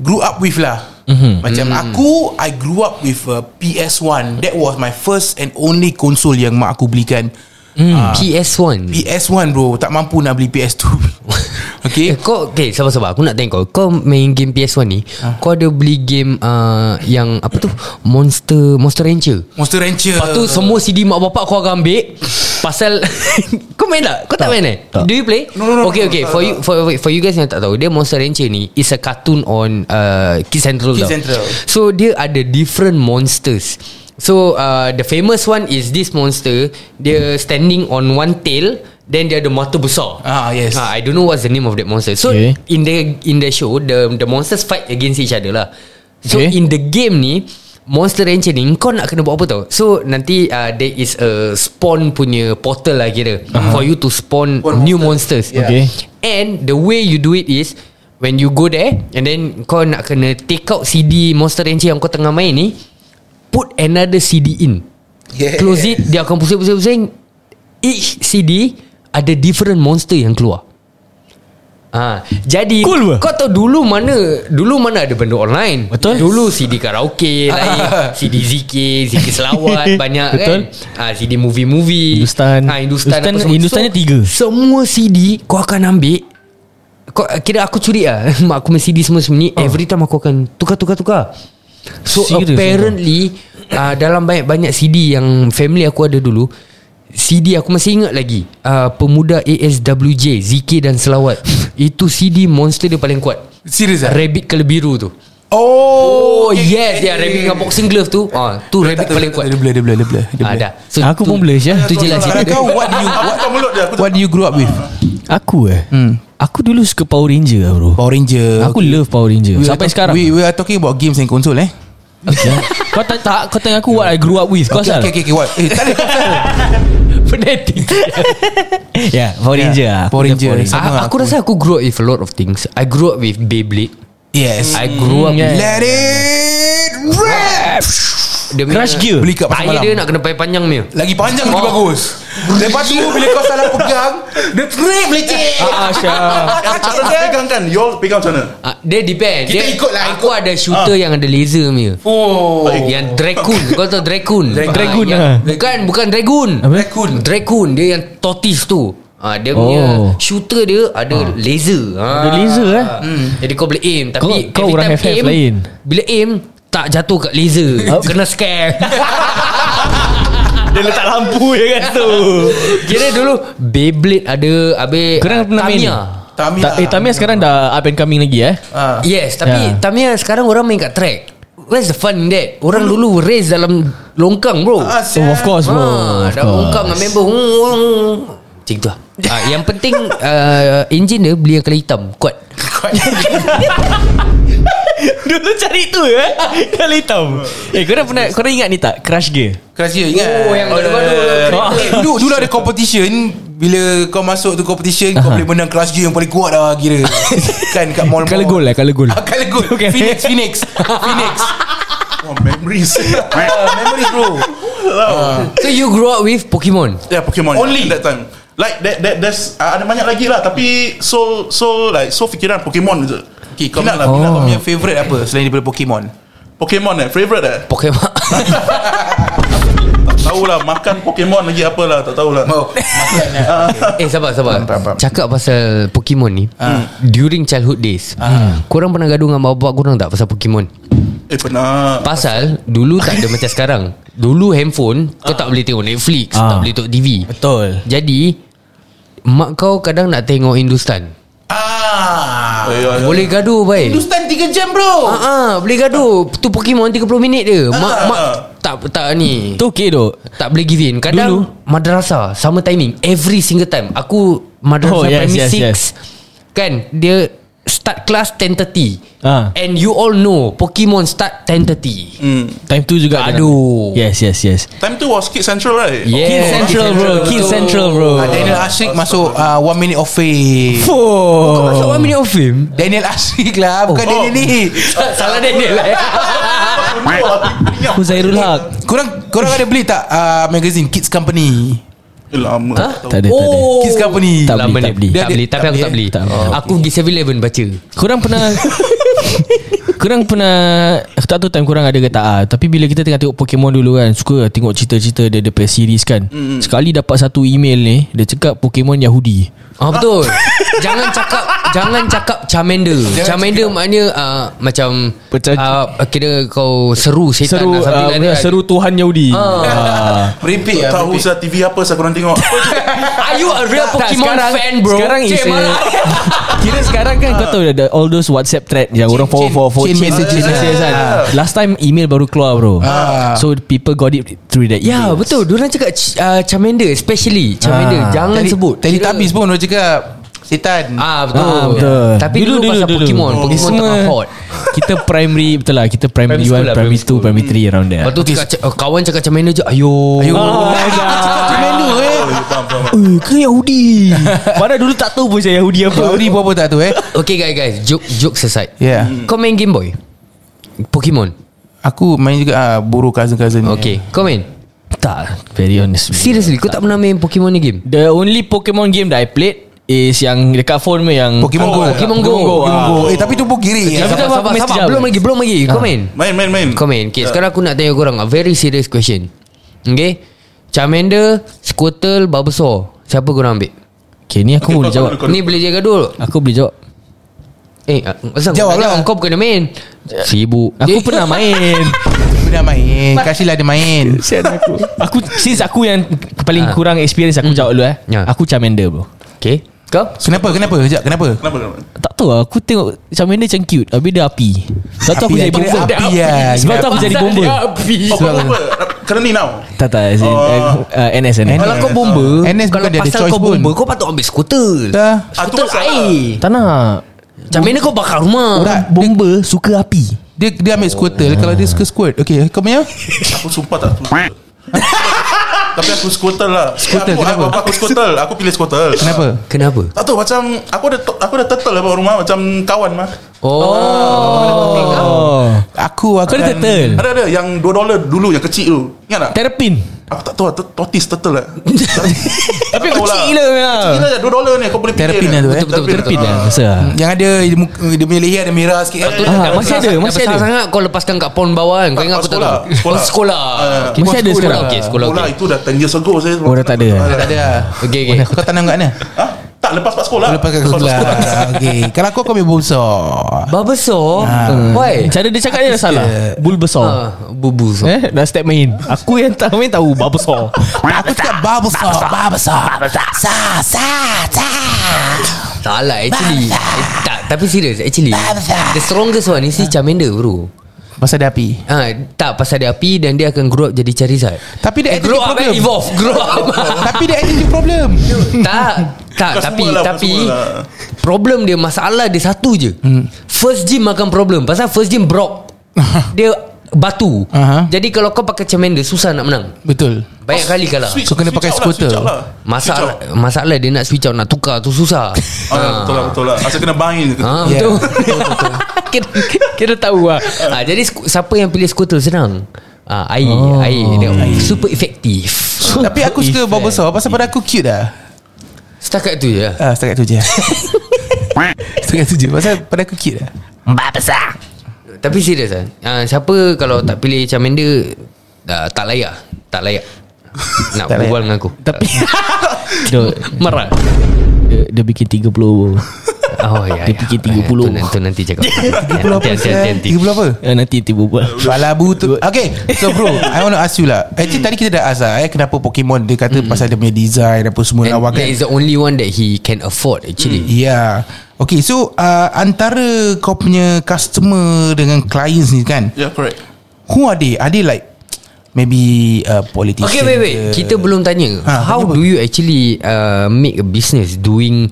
Speaker 2: grew up with lah
Speaker 4: Mhm.
Speaker 2: Macam
Speaker 4: Hmm.
Speaker 2: aku I grew up with a PS1 That was my first and only console Yang mak aku belikan
Speaker 4: Hmm.
Speaker 2: Ah,
Speaker 4: PS1
Speaker 2: PS1 bro Tak mampu nak beli PS2
Speaker 4: <laughs> Eh,
Speaker 2: Okay
Speaker 4: kau Okay sabar-sabar Aku nak tanya kau Kau main game PS1 ni
Speaker 2: Ah.
Speaker 4: ha. Kau ada beli game uh, Yang apa tu Monster Monster Rancher
Speaker 2: Monster Rancher
Speaker 4: Lepas tu semua CD mak bapak kau akan ambil Pasal <laughs> Kau main tak? Kau tak, main eh?
Speaker 3: Tak.
Speaker 4: Do you play?
Speaker 6: No, no, no,
Speaker 4: Okay
Speaker 6: no,
Speaker 4: okay
Speaker 6: tak,
Speaker 4: for, you, for, for you guys yang tak tahu Dia Monster Rancher ni Is a cartoon on uh, Kids Central
Speaker 2: Kids
Speaker 4: tau.
Speaker 2: Central.
Speaker 4: So dia ada different monsters So uh, the famous one is this monster Dia standing on one tail Then dia ada mata besar
Speaker 2: Ah, yes.
Speaker 4: Ah, I don't know what's the name of that monster So
Speaker 3: Okay.
Speaker 4: in the in the show The the monsters fight against each other lah So
Speaker 3: Okay.
Speaker 4: in the game ni Monster Rancher ni Kau nak kena buat apa tau So nanti uh, There is a Spawn punya portal lah kira uh-huh. For you to spawn
Speaker 2: Spawn
Speaker 4: New monsters
Speaker 3: Yeah. Okay.
Speaker 4: And the way you do it is When you go there And then Kau nak kena Take out CD Monster Rancher Yang kau tengah main ni Put another CD in
Speaker 2: Yeah.
Speaker 4: Close it Dia akan pusing-pusing-pusing Each CD Ada different monster yang keluar Ha, jadi
Speaker 3: Cool ke?
Speaker 4: kau tahu dulu mana dulu mana ada benda online.
Speaker 3: Betul.
Speaker 4: Dulu CD karaoke, lain, CD zikir, zikir
Speaker 3: <laughs>
Speaker 4: selawat banyak
Speaker 3: Betul.
Speaker 4: kan. Ah ha, CD movie-movie.
Speaker 3: Hindustan.
Speaker 4: Ah ha, Hindustan.
Speaker 3: Hindustan-
Speaker 4: apa semua.
Speaker 3: Hindustan ni tiga.
Speaker 4: Semua CD kau akan ambil kau, Kira aku curi lah <laughs> Mak aku main CD semua sembunyi oh. Every time aku akan Tukar-tukar-tukar So
Speaker 3: Serious
Speaker 4: apparently uh, Dalam banyak-banyak CD Yang family aku ada dulu CD aku masih ingat lagi uh, Pemuda ASWJ Zikir dan Selawat Itu CD monster dia paling kuat
Speaker 2: Serius ah?
Speaker 4: Rabbit kalau biru tu
Speaker 2: Oh
Speaker 4: Oh yes yeah, Rabbit dengan boxing glove tu ah, Tu rabbit paling kuat
Speaker 2: Dia blur Dia blur Dia blur, dia
Speaker 4: ah,
Speaker 2: blur.
Speaker 4: dah. So,
Speaker 3: Aku
Speaker 4: tu-
Speaker 3: pun blur, Syah.
Speaker 4: <laughs> Tu je lah cerita
Speaker 2: Kau what do you
Speaker 6: Aku
Speaker 2: what,
Speaker 6: tak mulut dia aku
Speaker 2: what do you grew up with
Speaker 3: Aku eh Aku dulu suka Power Ranger lah bro
Speaker 2: Hmm. Power Ranger
Speaker 3: Aku love Power Ranger
Speaker 2: We are
Speaker 3: Sampai
Speaker 2: talk-
Speaker 3: sekarang
Speaker 2: we, we are talking about games and console eh
Speaker 3: okay. Kau tak, tak Kau tanya aku What I grew up with Kau
Speaker 2: okay,
Speaker 3: asal
Speaker 2: okay, okay, okay, what? Eh, tak ada pasal. <laughs>
Speaker 4: Fanatic
Speaker 3: Ya Power Ranger lah
Speaker 2: Power
Speaker 3: Aku
Speaker 2: Ranger.
Speaker 3: dah
Speaker 2: Sama
Speaker 4: Ah, aku,
Speaker 2: aku.
Speaker 4: rasa aku grew up with a lot of things. I grew up with Beyblade.
Speaker 2: Yes
Speaker 4: I grew up
Speaker 3: yeah.
Speaker 4: with
Speaker 2: Let it rap
Speaker 4: the
Speaker 3: Crush gear.
Speaker 2: Beli kat pasar
Speaker 4: Tayar
Speaker 2: malam.
Speaker 4: dia nak kena payah panjang dia.
Speaker 2: Lagi panjang lagi
Speaker 4: Oh.
Speaker 2: bagus Lepas tu bila kau salah pegang Dia trip leceh
Speaker 3: Ah,
Speaker 2: <laughs>
Speaker 3: Syah
Speaker 6: Cara nak pegang kan You all pegang macam mana
Speaker 4: Ah, dia depend.
Speaker 2: Kita
Speaker 4: dia,
Speaker 2: ikut lah,
Speaker 4: Aku ada
Speaker 3: Ah.
Speaker 4: shooter yang ada laser dia.
Speaker 2: Oh
Speaker 4: Yang Dracoon Kau tahu Dracoon
Speaker 2: Dracoon.
Speaker 3: Dracoon,
Speaker 4: yang,
Speaker 3: ah.
Speaker 4: Bukan Bukan Dragoon
Speaker 3: Apa?
Speaker 4: Dracoon Dracoon Dia yang tortoise tu Ah, dia punya
Speaker 3: Oh.
Speaker 4: shooter dia ada laser. Ah.
Speaker 3: Ada laser, eh?
Speaker 4: Hmm. Jadi kau boleh aim tapi
Speaker 3: Kau- kau
Speaker 4: every
Speaker 3: orang
Speaker 4: time
Speaker 3: FF
Speaker 4: aim,
Speaker 3: lain. Ah.
Speaker 4: Bila aim tak jatuh kat laser. Kena scare. <laughs>
Speaker 3: Dia letak lampu je kat tu
Speaker 4: Kira dulu Beyblade ada Habis
Speaker 3: Korang
Speaker 4: ah,
Speaker 3: pernah main
Speaker 4: Tamiya.
Speaker 2: Tamiya.
Speaker 3: Ta- Eh Tamiya sekarang dah Up and coming lagi eh
Speaker 2: Ah.
Speaker 4: Yes Tapi
Speaker 3: Ya.
Speaker 4: Tamiya sekarang orang main kat track Where's the fun in that Orang dulu race dalam Longkang bro
Speaker 2: Ah,
Speaker 4: ah,
Speaker 2: sial.
Speaker 3: Oh of course bro
Speaker 2: Ah,
Speaker 3: Of
Speaker 4: Dalam longkang dengan
Speaker 3: <laughs> course.
Speaker 4: member Hmm, hmm. Macam tu lah <laughs> Ah, Yang penting uh, Engine dia beli yang colour hitam Kuat
Speaker 3: Dulu cari tu eh <laughs> Kali hitam Eh korang pernah Korang ingat ni tak Crush Gear
Speaker 2: Keras dia ingat
Speaker 4: Oh, yang baru-baru.
Speaker 2: Oh. Eh, Dulu dulu ada competition Bila kau masuk tu competition Kau boleh menang kelas dia yang paling kuat lah Kira Kan kat mall
Speaker 3: Colour gold lah, colour gold.
Speaker 2: ah, Color gold
Speaker 3: Okay.
Speaker 2: Phoenix Phoenix Phoenix
Speaker 6: Oh memories <laughs>
Speaker 2: Ah, Memories bro
Speaker 4: So you grew up with Pokemon
Speaker 6: Yeah Pokemon Only That time Like that, that there's uh, ada banyak lagi lah tapi so so like so fikiran Pokemon je.
Speaker 2: Okay kau
Speaker 6: Minat
Speaker 2: nak lah Bila kau punya favourite apa Selain daripada Pokemon
Speaker 6: Pokemon eh favorite eh.
Speaker 4: Pokemon
Speaker 6: Tak tahulah makan Pokemon lagi apa lah tak tahulah.
Speaker 2: Oh Makan lah
Speaker 4: <laughs> Eh sabar sabar
Speaker 2: Faham,
Speaker 4: Ah.
Speaker 2: faham, faham.
Speaker 4: Cakap pasal Pokemon ni Hmm. During childhood days Korang pernah gaduh dengan bapak korang tak Pasal Pokemon
Speaker 6: Eh pernah.
Speaker 4: Pasal dulu tak ada macam sekarang. Dulu handphone kau tak boleh tengok Netflix,
Speaker 3: Ah.
Speaker 4: tak boleh tengok TV.
Speaker 3: Betul
Speaker 4: Jadi mak kau kadang nak tengok Hindustan.
Speaker 2: Ah
Speaker 6: Eh, ya, ya.
Speaker 4: Boleh gaduh baik.
Speaker 2: Hindustan 3 jam bro
Speaker 4: Ah, ah, boleh gaduh. Tu Pokemon 30 minit dia. Mak mak tak tak ni.
Speaker 3: Tu okay tu
Speaker 4: Tak boleh give in Kadang Dulu.
Speaker 3: Dulu.
Speaker 4: madrasah Sama timing Every single time Aku madrasah
Speaker 3: Oh, yes,
Speaker 4: primary
Speaker 3: yes,
Speaker 4: 6
Speaker 3: yes.
Speaker 4: Kan Dia start class 10.30
Speaker 3: Ah.
Speaker 4: And you all know Pokemon start 10.30
Speaker 6: Hmm.
Speaker 3: Time tu juga dia nak-
Speaker 4: Aduh.
Speaker 3: Yes yes yes
Speaker 6: Time tu was Kid Central right?
Speaker 4: Yeah.
Speaker 3: Kill Central bro Kill Central bro
Speaker 2: Ah, Daniel Ashrik masuk uh, One minute of fame
Speaker 4: Kau masuk
Speaker 3: Fuh
Speaker 4: one minute of fame
Speaker 2: <laughs> Daniel Ashrik lah Bukan
Speaker 6: Oh.
Speaker 2: Daniel ni
Speaker 4: Salah Daniel lah
Speaker 6: Ah,
Speaker 3: Aku Zairul Haq
Speaker 2: Korang korang ada beli tak uh, Magazine Kids Company
Speaker 6: Eh, Lama. tak tahu.
Speaker 3: Tak ada tak ada
Speaker 2: Kids Company
Speaker 3: Tak
Speaker 4: Lama
Speaker 3: beli,
Speaker 4: ni.
Speaker 3: tak beli.
Speaker 4: Tak beli Tapi aku tak beli
Speaker 3: Tak beli.
Speaker 4: Aku pergi 7-Eleven baca
Speaker 3: Korang pernah Korang pernah Aku tak tahu time korang ada ke tak ah. Tapi bila kita tengah tengok Pokemon dulu kan Suka tengok cerita-cerita Dia daripada series kan mm. Sekali dapat satu email ni Dia cakap Pokemon Yahudi
Speaker 4: Ah betul. <laughs> jangan cakap jangan cakap Charmander. Charmander maknanya uh, macam
Speaker 3: Pecah-
Speaker 4: uh, kira kau seru setan
Speaker 3: Seru
Speaker 4: lah, something
Speaker 3: uh,
Speaker 4: like that.
Speaker 3: Seru Tuhan Yahudi
Speaker 4: Ah.
Speaker 2: Meripik lah
Speaker 6: Tahu
Speaker 2: meripik.
Speaker 6: saya TV apa saya korang
Speaker 4: <laughs>
Speaker 6: tengok Apa je?
Speaker 4: Are you a real
Speaker 3: Tak,
Speaker 4: Pokemon
Speaker 3: sekarang-
Speaker 4: fan bro?
Speaker 3: Sekarang is
Speaker 4: Cik,
Speaker 3: a-
Speaker 4: malah.
Speaker 3: Kira sekarang kan Kau tahu ada All those WhatsApp thread Yang orang forward for for
Speaker 2: chain messages lah.
Speaker 3: kan Last time email baru keluar bro So people got it Through that
Speaker 4: Ya
Speaker 3: email
Speaker 4: betul Diorang cakap uh, Charmander Especially Charmander
Speaker 3: Ah.
Speaker 4: Jangan
Speaker 2: Tadi-
Speaker 4: sebut
Speaker 2: Tadi
Speaker 4: Kira-
Speaker 2: tabis pun Dia cakap Setan
Speaker 4: Ah betul,
Speaker 3: Ah, betul.
Speaker 4: Tapi dulu, dulu pasal Pokemon Pokemon
Speaker 3: Semua-
Speaker 4: tengah hot
Speaker 3: Kita primary Betul lah Kita primary 1
Speaker 4: school lah,
Speaker 3: Primary
Speaker 4: primary
Speaker 3: 2 Primary 3 around there
Speaker 4: Lepas tu cakap, cakap, kawan cakap Charmander je Ayo <laughs> Ayo
Speaker 3: Oh,
Speaker 2: Charmander
Speaker 3: <laughs>
Speaker 2: eh
Speaker 3: Eh, ke <laughs> Yahudi Padahal dulu tak tahu pun saya Yahudi apa
Speaker 2: Teori pun apa tak tu eh
Speaker 4: Okay guys guys Joke, jokes aside
Speaker 2: Yeah.
Speaker 3: Ya.
Speaker 4: Kau main Game Boy Pokemon
Speaker 2: Aku main juga ah, Buru cousin-cousin ni.
Speaker 4: Okay Kau main
Speaker 3: Tak Very honest
Speaker 4: Seriously Kau tak pernah main Pokemon ni game
Speaker 3: The only Pokemon game that I played Is yang dekat phone me yang
Speaker 2: Pokemon Go
Speaker 4: Pokemon Go.
Speaker 2: Pokemon Go Eh tapi tu pun kiri
Speaker 3: Tapi
Speaker 4: Sabar
Speaker 3: tak apa,
Speaker 4: sabar,
Speaker 3: aku message
Speaker 4: sabar.
Speaker 3: Abel.
Speaker 4: Belum lagi Belum lagi Kau main
Speaker 6: Main main main
Speaker 4: Kau main Okay sekarang aku nak tanya korang A very serious question Okay Charmander Squirtle Bulbasaur Siapa korang ambil
Speaker 3: Okay ni aku
Speaker 6: Okay,
Speaker 3: boleh
Speaker 6: kau-
Speaker 3: jawab
Speaker 6: kau-
Speaker 4: Ni boleh jaga dulu
Speaker 3: Aku boleh jawab
Speaker 4: Eh ah, asal
Speaker 2: Jawab
Speaker 4: kau tak
Speaker 2: lah.
Speaker 4: Kau bukan main Sibuk Eh,
Speaker 3: Aku pernah main
Speaker 2: Dah main Kasihlah dia main
Speaker 3: aku <laughs> Aku Since aku yang Paling
Speaker 4: Ah.
Speaker 3: kurang experience Aku jawab dulu eh
Speaker 4: Ya.
Speaker 3: Aku Charmander bro
Speaker 4: Okay Kau
Speaker 2: Kenapa kenapa Sekejap kenapa
Speaker 6: Kenapa kenapa
Speaker 3: tak tahu lah, Aku tengok Charmander macam cute Habis dia api Sebab tu
Speaker 2: Api
Speaker 3: aku
Speaker 2: lah,
Speaker 3: jadi
Speaker 2: kira
Speaker 3: bomber
Speaker 2: api lah.
Speaker 3: Sebab tu aku jadi
Speaker 4: Pasal
Speaker 3: bomber
Speaker 4: dia api.
Speaker 6: Oh
Speaker 3: lah.
Speaker 6: kenapa Currently now
Speaker 3: Tak tak as in,
Speaker 6: Oh.
Speaker 3: uh, NS NS
Speaker 2: NS.
Speaker 4: Kalau kau bomber
Speaker 2: NS
Speaker 4: Kalau
Speaker 2: bukan dia ada
Speaker 4: pasal
Speaker 2: choice
Speaker 4: kau
Speaker 2: pun.
Speaker 4: bomber Kau patut ambil skuter
Speaker 2: Dah.
Speaker 6: Ah, tu
Speaker 4: Skuter
Speaker 6: pasal lah.
Speaker 4: air
Speaker 3: Tak nak
Speaker 4: Macam mana kau bakar rumah
Speaker 2: Orang
Speaker 3: Bomber suka api
Speaker 2: Dia dia ambil
Speaker 6: Ah.
Speaker 2: squirtle Kalau dia suka squirt Okay kau punya
Speaker 6: Aku sumpah tak tahu. Tapi aku skuter lah
Speaker 2: Skuter,
Speaker 6: aku,
Speaker 2: kenapa?
Speaker 6: aku, aku skuter Aku pilih skuter
Speaker 2: Kenapa
Speaker 4: Kenapa
Speaker 6: Tak tahu macam Aku ada aku ada turtle lah rumah Macam kawan mah
Speaker 3: Oh
Speaker 2: Aku
Speaker 3: Kau ada
Speaker 2: akan
Speaker 3: turtle
Speaker 6: Ada ada yang 2 dolar dulu yang kecil tu Ingat tak?
Speaker 3: Terapin
Speaker 6: Aku tak tahu lah tur- Tortoise turtle lah
Speaker 3: Tapi
Speaker 6: Tak tahu lah.
Speaker 3: kecil lah memang.
Speaker 6: Kecil lah 2 dolar ni Kau boleh
Speaker 2: Terapin lah tu, eh?
Speaker 4: Betul, betul,
Speaker 6: Terapin.
Speaker 3: Terapin lah
Speaker 6: Ah.
Speaker 3: Rasa lah
Speaker 2: Hmm, Yang ada dia muka- Dia punya leher ada merah sikit kan?
Speaker 3: Ah, masih ada,
Speaker 4: Dah
Speaker 3: masih
Speaker 4: besar
Speaker 3: ada.
Speaker 4: sangat kau lepaskan kat pon bawah kan. Kau
Speaker 6: Tak,
Speaker 4: ingat aku tak
Speaker 6: sekolah,
Speaker 4: tahu.
Speaker 6: sekolah.
Speaker 4: Oh, sekolah.
Speaker 6: Ah.
Speaker 4: Okay,
Speaker 3: Masih ada sekolah.
Speaker 4: Okey, sekolah.
Speaker 6: Sekolah
Speaker 4: okey.
Speaker 6: itu dah 10 years ago saya
Speaker 3: Oh, dah tak ada, eh?
Speaker 2: Tak ada
Speaker 4: Okey, okey.
Speaker 2: Mana- Kau tanam kat mana
Speaker 6: Ha? Tak lepas kat sekolah
Speaker 2: Kau lepas kat sekolah
Speaker 4: <laughs>
Speaker 2: Ah, Okay Kalau aku kau ambil bumsor
Speaker 4: Babesor?
Speaker 2: Ah.
Speaker 4: Why?
Speaker 3: Cara dia cakap dia dah salah Bul besar
Speaker 4: Ah, bubu so.
Speaker 3: Eh dah step main Aku yang tak main tahu Bab besar
Speaker 2: Aku cakap bumsor Bumsor Sa Sa Sa
Speaker 4: Salah actually. Eh, tak, tapi serius actually.
Speaker 2: Babesor.
Speaker 4: The strongest one
Speaker 3: Ah.
Speaker 4: is si Charmander bro.
Speaker 2: Pasal dia api
Speaker 4: Ah, tak pasal dia api dan dia akan grow up jadi Charizard.
Speaker 2: Tapi dia
Speaker 4: eh, grow
Speaker 2: attitude
Speaker 4: up eh,
Speaker 2: problem.
Speaker 4: evolve, grow
Speaker 3: <laughs>
Speaker 4: up.
Speaker 2: Tapi dia attitude problem
Speaker 4: tak, tak,
Speaker 6: Bukan
Speaker 4: tapi
Speaker 6: semua lah, bukan
Speaker 4: tapi
Speaker 6: semua lah.
Speaker 4: problem dia masalah dia satu je. First gym akan problem. Pasal first gym brock. dia batu.
Speaker 2: Aha.
Speaker 4: Jadi kalau kau pakai Charmander susah nak menang.
Speaker 2: Betul
Speaker 4: Banyak kali kalah.
Speaker 6: Oh, Switch-
Speaker 2: So, kena
Speaker 6: switch
Speaker 2: pakai
Speaker 6: out lah,
Speaker 2: skuter.
Speaker 6: switch out lah.
Speaker 4: Masalah
Speaker 6: Switch out.
Speaker 4: masalah dia nak switch out nak tukar tu susah.
Speaker 6: Ah, Betul lah betul lah Asal kena bain
Speaker 4: Ah,
Speaker 2: Yeah.
Speaker 4: betul. betul, <laughs> betul. kira, kira tahu lah. Ah, jadi sku- siapa yang pilih skuter senang? Ah, air, oh. air. Dia super efektif.
Speaker 2: <laughs> Tapi aku suka bumsor Pasal pada aku cute lah
Speaker 4: Setakat tu je. lah.
Speaker 2: Ah, setakat tu je <laughs> Setakat tu je Pasal pada aku cute lah
Speaker 4: Tapi serius lah. Ah, siapa kalau tak pilih Charmander ah, tak layak. Tak
Speaker 2: <laughs>
Speaker 4: layak. Nak
Speaker 2: Tak layak.
Speaker 4: berbual dengan aku. Ah.
Speaker 3: Tapi Dia
Speaker 2: <laughs>
Speaker 4: Marah.
Speaker 3: dia- Dia bikin 30 bro.
Speaker 4: Oh ya.
Speaker 3: Dia
Speaker 4: ya.
Speaker 3: fikir
Speaker 4: Ah,
Speaker 3: 30.
Speaker 4: tu, nanti, tu nanti
Speaker 2: <laughs>
Speaker 4: cakap.
Speaker 2: Pula apa
Speaker 4: Nanti, nanti,
Speaker 2: saya?
Speaker 4: nanti.
Speaker 2: Tiga puluh apa?
Speaker 3: Eh, Nanti tiba buat
Speaker 2: Balabu tu Okay So bro I want to ask you lah Actually tadi kita dah ask lah eh, Kenapa Pokemon Dia kata pasal dia punya design Apa Hmm. semua
Speaker 4: And
Speaker 2: lawa
Speaker 4: that
Speaker 2: kan
Speaker 4: is the only one that he can afford actually.
Speaker 2: Yeah Okay so uh, Antara kau punya customer Dengan clients ni kan
Speaker 6: Yeah correct
Speaker 2: Who are they? Are they like Maybe uh, Politician
Speaker 4: Okay wait wait
Speaker 2: ke?
Speaker 4: Kita belum tanya
Speaker 2: Ha,
Speaker 4: How
Speaker 2: kenapa?
Speaker 4: do you actually uh, Make a business Doing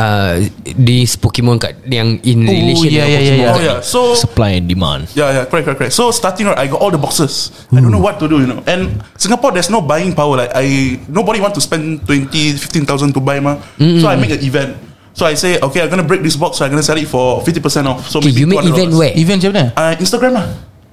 Speaker 4: uh, This Pokemon card Yang in
Speaker 2: Oh,
Speaker 4: relation
Speaker 2: yeah,
Speaker 4: dengan
Speaker 2: yeah,
Speaker 4: Pokemon
Speaker 2: yeah,
Speaker 6: Oh
Speaker 4: card.
Speaker 6: yeah So
Speaker 3: Supply and demand
Speaker 6: Yeah, yeah, correct, correct, correct. So starting right, I got all the boxes. I
Speaker 4: Hmm.
Speaker 6: don't know what to do, you know. And Singapore, there's no buying power. Like I, nobody want to spend 20, 15,000 to buy, ma. So I make an event. So I say, okay, I'm gonna break this box. So I'm gonna sell it for fifty percent off. So
Speaker 4: Okay,
Speaker 6: maybe
Speaker 4: you make
Speaker 6: $200.
Speaker 4: event where?
Speaker 2: Event macam mana?
Speaker 6: Uh, Instagram lah.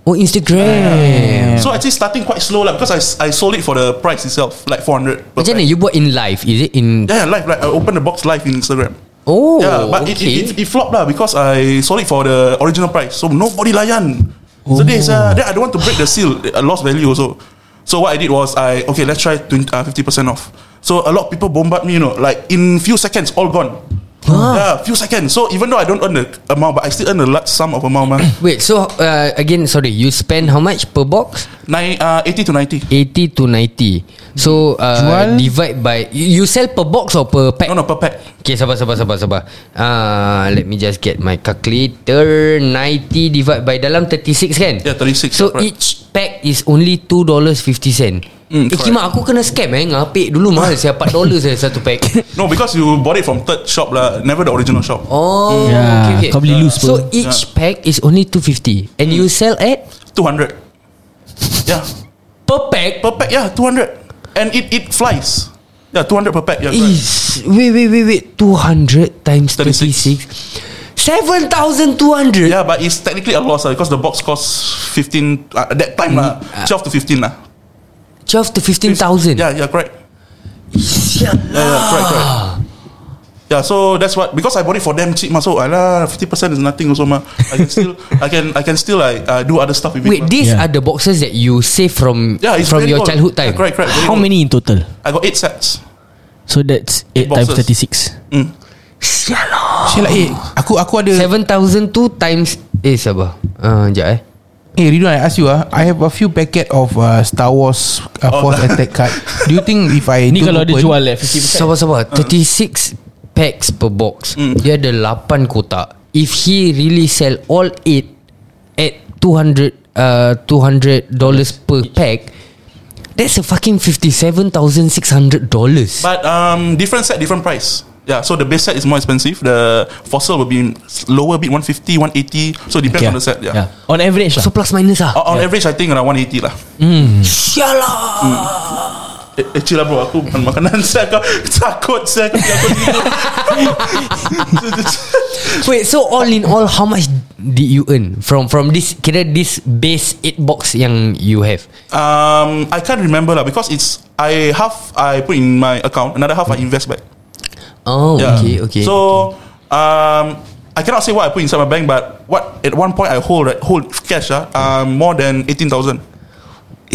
Speaker 4: Oh Instagram
Speaker 6: So actually starting quite slow lah because I, s- I sold it for the price itself, like four hundred.
Speaker 4: Macam mana you buat in live Is it in
Speaker 6: Yeah, yeah, live. Like I open the box live in Instagram.
Speaker 4: Oh,
Speaker 6: yeah, but it,
Speaker 4: okay.
Speaker 6: it, it, it flopped lah because I sold it for the original price. So nobody layan. So this,
Speaker 4: Oh.
Speaker 6: uh, then I don't want to break the seal. I lost value also. So what I did was I okay, let's try 20, uh, 50% off. So a lot of people bombard me, you know, like in few seconds, all gone. Yeah, few seconds. So even though I don't earn the amount, but I still earn a large sum of
Speaker 4: <coughs>
Speaker 6: amount, man.
Speaker 4: Wait, so uh, again, sorry, you spend how much per box?
Speaker 6: Nine, uh, 80 to 90.
Speaker 4: 80 to 90 So uh,
Speaker 3: Jual?
Speaker 4: divide by You you sell per box or per pack?
Speaker 6: No, no, per pack.
Speaker 4: Okay, sabar, sabar, sabar, sabar uh, Let me just get my calculator 90 divide by dalam 36 kan?
Speaker 6: Yeah, 36,
Speaker 4: So
Speaker 6: correct.
Speaker 4: each pack is only $2.50
Speaker 6: Mm,
Speaker 4: Eh Kimak aku kena scam eh Ngapik dulu mahal Saya $4 saya satu pack
Speaker 6: <laughs> No, because you bought it from third shop, lah, never the original shop.
Speaker 4: Oh okay,
Speaker 3: Yeah,
Speaker 4: okay.
Speaker 3: kau beli loose
Speaker 4: So
Speaker 3: pun.
Speaker 4: each pack is only 250 And
Speaker 6: Mm.
Speaker 4: you sell at
Speaker 6: 200. Yeah,
Speaker 4: Per pack
Speaker 6: per pack, yeah, 200. And it, it flies. Yeah, 200 per pack. Yeah, correct.
Speaker 4: Is wait wait wait wait 200 times 36
Speaker 6: 36.
Speaker 4: 7200
Speaker 6: Yeah, but it's technically a loss lah because the box costs 15 uh, that time lah,
Speaker 4: Mm. Ah.
Speaker 6: 12 to 15 lah.
Speaker 4: 12 to 15000
Speaker 6: Yeah, yeah, correct. Yeah, yeah, correct, correct. Yeah, so that's what because I bought it for them cheap, mah. So alah, fifty percent is nothing also, mah. I can still, <laughs> I can, I can still like uh, do other stuff with it.
Speaker 4: Wait
Speaker 6: mah.
Speaker 4: these
Speaker 3: Yeah.
Speaker 4: are the boxes that you save from
Speaker 6: yeah, it's
Speaker 4: from
Speaker 6: very
Speaker 4: your
Speaker 6: old.
Speaker 4: childhood time
Speaker 6: Yeah, correct, correct. very
Speaker 3: How
Speaker 6: old.
Speaker 3: many in total?
Speaker 6: I got eight sets. Mm.
Speaker 3: So that's 8
Speaker 6: Eight
Speaker 3: times
Speaker 6: boxes.
Speaker 3: 36
Speaker 2: Sheila, eh, aku aku ada
Speaker 4: 7002 times Eh sabar uh, Sekejap eh
Speaker 2: Hey Ridwan, I ask you ah, I have a few packet of uh, Star Wars uh,
Speaker 6: Oh.
Speaker 2: Force Attack card. Do you think if I
Speaker 3: Ni
Speaker 2: do
Speaker 3: kalau ada
Speaker 2: open-
Speaker 3: jual eh 50%
Speaker 4: Sabar sabar 36 packs per box
Speaker 6: Mm.
Speaker 4: Dia ada 8 kotak If he really sell all 8 At 200 uh, 200 dollars per pack That's a fucking 57,600 dollars
Speaker 6: But um, different set, different price. Yeah, so the base set is more expensive. The fossil will be lower bit 150, 180. So depends
Speaker 3: Okay,
Speaker 6: on the set. Yeah.
Speaker 3: On average lah
Speaker 4: So plus minus lah
Speaker 6: On on average, I think around 180 lah.
Speaker 4: Hmm.
Speaker 6: Mm.
Speaker 4: Sialah
Speaker 6: Eh, eh chill lah bro Aku makan makanan <laughs> Saya kau Takut Saya kau takut
Speaker 4: Wait so all in all How much did you earn From from this Kira this base 8 box Yang you have
Speaker 6: um, I can't remember lah Because it's I half I put in my account Another half I invest back
Speaker 4: Oh
Speaker 6: yeah.
Speaker 4: okay okay
Speaker 6: So um, I cannot say what I put inside my bank But what At one point I hold right, Hold cash ah, um, More than 18,000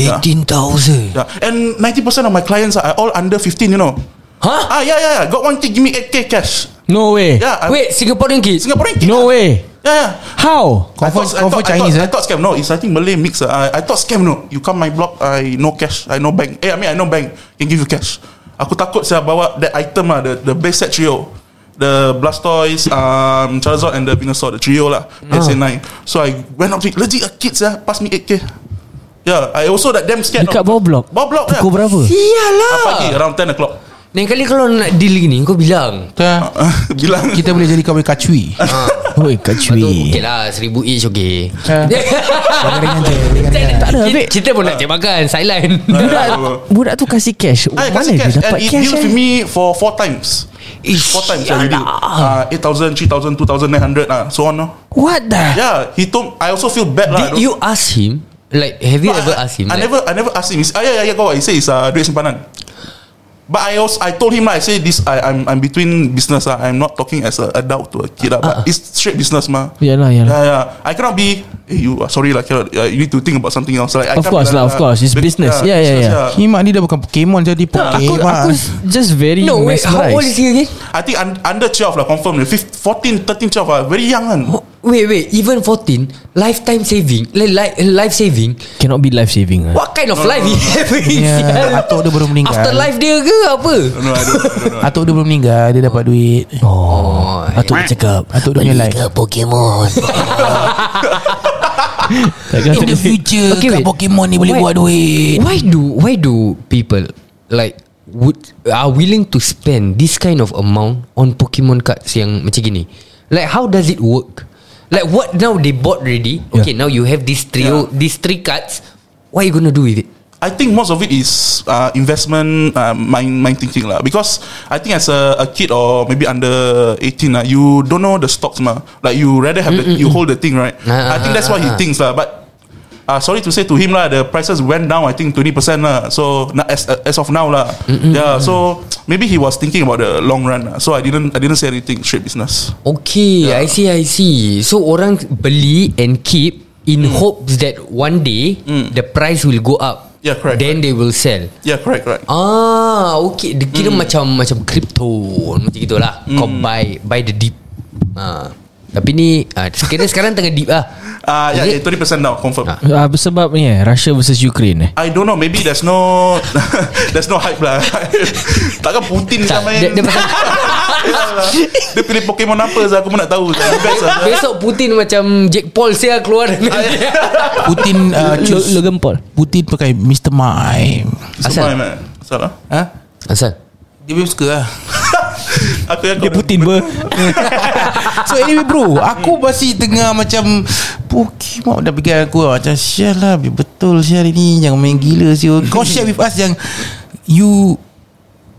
Speaker 4: 18,000
Speaker 6: yeah. And 90% of my clients Are all under 15 you know
Speaker 4: Huh?
Speaker 6: Ah yeah yeah yeah Got one thing Give me 8k cash
Speaker 3: No way
Speaker 6: Yeah I,
Speaker 4: Wait Singaporean kids
Speaker 6: Singaporean kid ah.
Speaker 3: No way
Speaker 6: Yeah yeah
Speaker 3: How?
Speaker 2: Confirm,
Speaker 6: I thought- I
Speaker 2: confirm
Speaker 6: thought- I
Speaker 2: Chinese
Speaker 6: thought-
Speaker 2: eh?
Speaker 6: I thought scam. No, it's I think Malay mix. Uh, I, I thought scam. No, you come my block. I no cash. I no bank. Eh, I mean I no bank. Can give you cash. Aku takut saya bawa that item lah, the the base set trio, the Blastoise, um, Charizard and the Venusaur, the trio lah.
Speaker 3: Ah.
Speaker 6: Let's say nine. So I went up to it. Legit a kid saya pass me 8k. Yeah, I also that damn scared.
Speaker 3: Dekat bawah blok
Speaker 6: Bawah blok,
Speaker 3: Pukul
Speaker 6: yeah.
Speaker 3: berapa?
Speaker 6: Ah, pagi
Speaker 4: Sialah
Speaker 6: around 10 o'clock.
Speaker 4: Lain kali kalau nak deal gini Kau bilang
Speaker 2: Kita,
Speaker 6: Bilang.
Speaker 2: kita boleh jadi kau boleh kacui.
Speaker 3: Oi kacui
Speaker 4: Okay lah Seribu each okay <laughs>
Speaker 2: Ah.
Speaker 4: Tak ada Kita pun nak cek makan
Speaker 6: <laughs>
Speaker 4: Silent
Speaker 3: Budak Budak tu kasih cash
Speaker 6: I
Speaker 3: Mana
Speaker 6: kasih
Speaker 3: dia
Speaker 6: cash and
Speaker 3: dapat
Speaker 6: it
Speaker 3: cash
Speaker 6: deals
Speaker 3: eh?
Speaker 6: with me for four times.
Speaker 4: Ish,
Speaker 6: Four times yeah, we deal. Uh, 8,000, 3,000, 2,900 ah, so on. No?
Speaker 3: What the
Speaker 6: Yeah, he told. I also feel bad lah. I
Speaker 4: Did
Speaker 6: don't-
Speaker 4: you ask him Like have you
Speaker 6: No, I-
Speaker 4: ever asked him
Speaker 6: I
Speaker 4: like,
Speaker 6: never, I never asked him. He's, ah, yeah, yeah, yeah. Go. He said it's uh, duit simpanan. But I also, I told him lah. I say this. I, I'm, I'm between business lah. I'm not talking as a adult to a kid lah.
Speaker 3: Uh-uh.
Speaker 6: But it's straight business mah.
Speaker 3: Yalah
Speaker 6: Yeah,
Speaker 3: yalah
Speaker 6: yeah. I cannot be. Eh, you uh, sorry lah. Cannot. Uh, you need to think about something else. Like I
Speaker 3: Of
Speaker 6: can't
Speaker 3: course
Speaker 6: be
Speaker 3: lah,
Speaker 6: like
Speaker 3: of
Speaker 6: that.
Speaker 3: course. It's
Speaker 6: Be-
Speaker 3: business. Yeah, yeah,
Speaker 6: business,
Speaker 3: yeah.
Speaker 2: lah. Ni mak ni dah bukan Pokemon jadi
Speaker 3: Aku, aku
Speaker 2: Pokemon.
Speaker 3: just very
Speaker 4: No wait How
Speaker 3: mesmerised.
Speaker 4: old is he again
Speaker 6: I think un- under 12 lah confirm. 15, 14, 13, 12 lah. Very young kan.
Speaker 4: Oh, Wait wait Even 14 Lifetime saving like, like, Life saving
Speaker 3: Cannot be life saving lah.
Speaker 4: What kind of life he <laughs> having
Speaker 2: Ya,
Speaker 4: sial?
Speaker 2: atuk dia baru meninggal.
Speaker 4: Afterlife dia ke apa
Speaker 6: No, I don't, I don't know.
Speaker 2: Atuk dia belum meninggal, dia dapat duit.
Speaker 3: Oh, Atuk dia cakap
Speaker 2: Atuk dia punya life.
Speaker 3: <laughs> Takkan atuk dia-
Speaker 2: future
Speaker 4: Okay, kat wait.
Speaker 2: Pokemon ni
Speaker 4: boleh Wait. buat
Speaker 2: duit.
Speaker 4: Why do Why do people Like would Are willing to spend This kind of amount On Pokemon cards Yang macam gini Like how does it work Like what now They bought already
Speaker 3: Yeah.
Speaker 4: Okay now you have These trio These three cards What you gonna do with it
Speaker 6: <laughs> I think most of it is uh, investment uh, mind mind thinking lah. Because I think as a, a kid or maybe under eighteen lah, you don't know the stocks mah. Like you rather have the, you hold the thing right.
Speaker 4: Ah,
Speaker 6: I think that's what he
Speaker 4: ah, ah.
Speaker 6: thinks lah. But uh, sorry to say to him lah, the prices went down. I think twenty percent lah. So na- as as of now lah, yeah. So maybe he was thinking about the long run. lah. So I didn't I didn't say anything straight business.
Speaker 4: Okay,
Speaker 6: Ya.
Speaker 4: yeah. I see, I see. So orang beli and keep in
Speaker 6: Hmm.
Speaker 4: mm. hopes that one day mm. the price will go up.
Speaker 6: Yeah, correct,
Speaker 4: Then correct. they will sell.
Speaker 6: Yeah, correct, correct.
Speaker 4: Ah, okay. Dia kira mm.
Speaker 6: Hmm.
Speaker 4: macam macam crypto macam gitulah. Mm. Kau buy buy the deep. Ah. Tapi ni ah, kira sekarang tengah deep ah.
Speaker 6: Uh,
Speaker 4: Is
Speaker 6: yeah,
Speaker 4: it?
Speaker 6: twenty percent now confirm.
Speaker 3: Ah, sebab ni eh, Russia versus Ukraine eh.
Speaker 6: I don't know. Maybe there's no <laughs> there's no hype lah. <laughs> Takkan Putin
Speaker 4: Tak,
Speaker 6: sama
Speaker 4: dia-
Speaker 6: yang
Speaker 4: dia
Speaker 6: <laughs>
Speaker 4: pasal-
Speaker 6: dia pilih Pokemon apa sah? Aku pun nak tahu. sah. The best sah.
Speaker 4: Besok Putin macam Jake Paul saya keluar dengan
Speaker 6: Ah, ya.
Speaker 4: dia.
Speaker 2: Putin uh,
Speaker 3: Lo-
Speaker 2: choose
Speaker 3: Logan Paul.
Speaker 2: Putin pakai Mr. Mime
Speaker 4: Asal?
Speaker 6: Sumpah, man. Salah.
Speaker 2: Ha?
Speaker 4: Asal?
Speaker 2: Dia memang suka lah
Speaker 6: Aku yang
Speaker 3: Dia Putin ber.
Speaker 2: <laughs> So anyway bro Aku masih tengah macam Pokemon dah pegang aku lah. Macam Syah lah Betul Syah hari ni Jangan main gila
Speaker 6: <laughs>
Speaker 2: siul Kau share with us yang You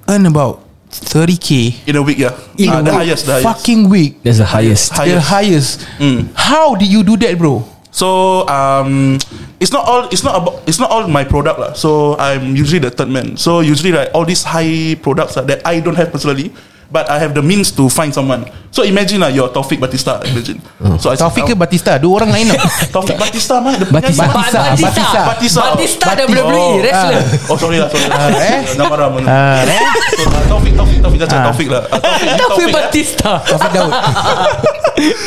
Speaker 2: Earn about 30k
Speaker 6: In a week yeah.
Speaker 2: In a
Speaker 6: Ah, the
Speaker 2: week.
Speaker 6: highest, the highest.
Speaker 2: Fucking week
Speaker 3: That's the highest.
Speaker 2: The
Speaker 6: Highest. Mm.
Speaker 2: highest How did you do that bro?
Speaker 6: So um, it's not all it's not about it's not all my product lah. So I'm usually the third man. So usually like all these high products lah that I don't have personally, but I have the means to find someone. So imagine lah, you're Taufik Batista. Imagine. So I
Speaker 2: Oh. Taufik ke Batista? Dua orang
Speaker 6: <laughs>
Speaker 2: lain lah. tau
Speaker 6: Taufik Batista mah the
Speaker 3: Batista.
Speaker 6: penyanyi.
Speaker 2: Batista,
Speaker 4: Batista.
Speaker 6: Batista.
Speaker 4: Batista
Speaker 6: Batista.
Speaker 4: WWE
Speaker 6: Oh.
Speaker 4: wrestler.
Speaker 6: Oh sorry lah sorry lah
Speaker 2: Ah, eh?
Speaker 6: Nama Ram
Speaker 2: Ah, eh?
Speaker 6: So ah, Taufik Taufik Taufik Jangan cakap
Speaker 2: Ah.
Speaker 6: Taufik lah Ah, Taufik you
Speaker 4: Tapi
Speaker 6: Taufik, eh?
Speaker 4: Batista.
Speaker 2: Taufik Daud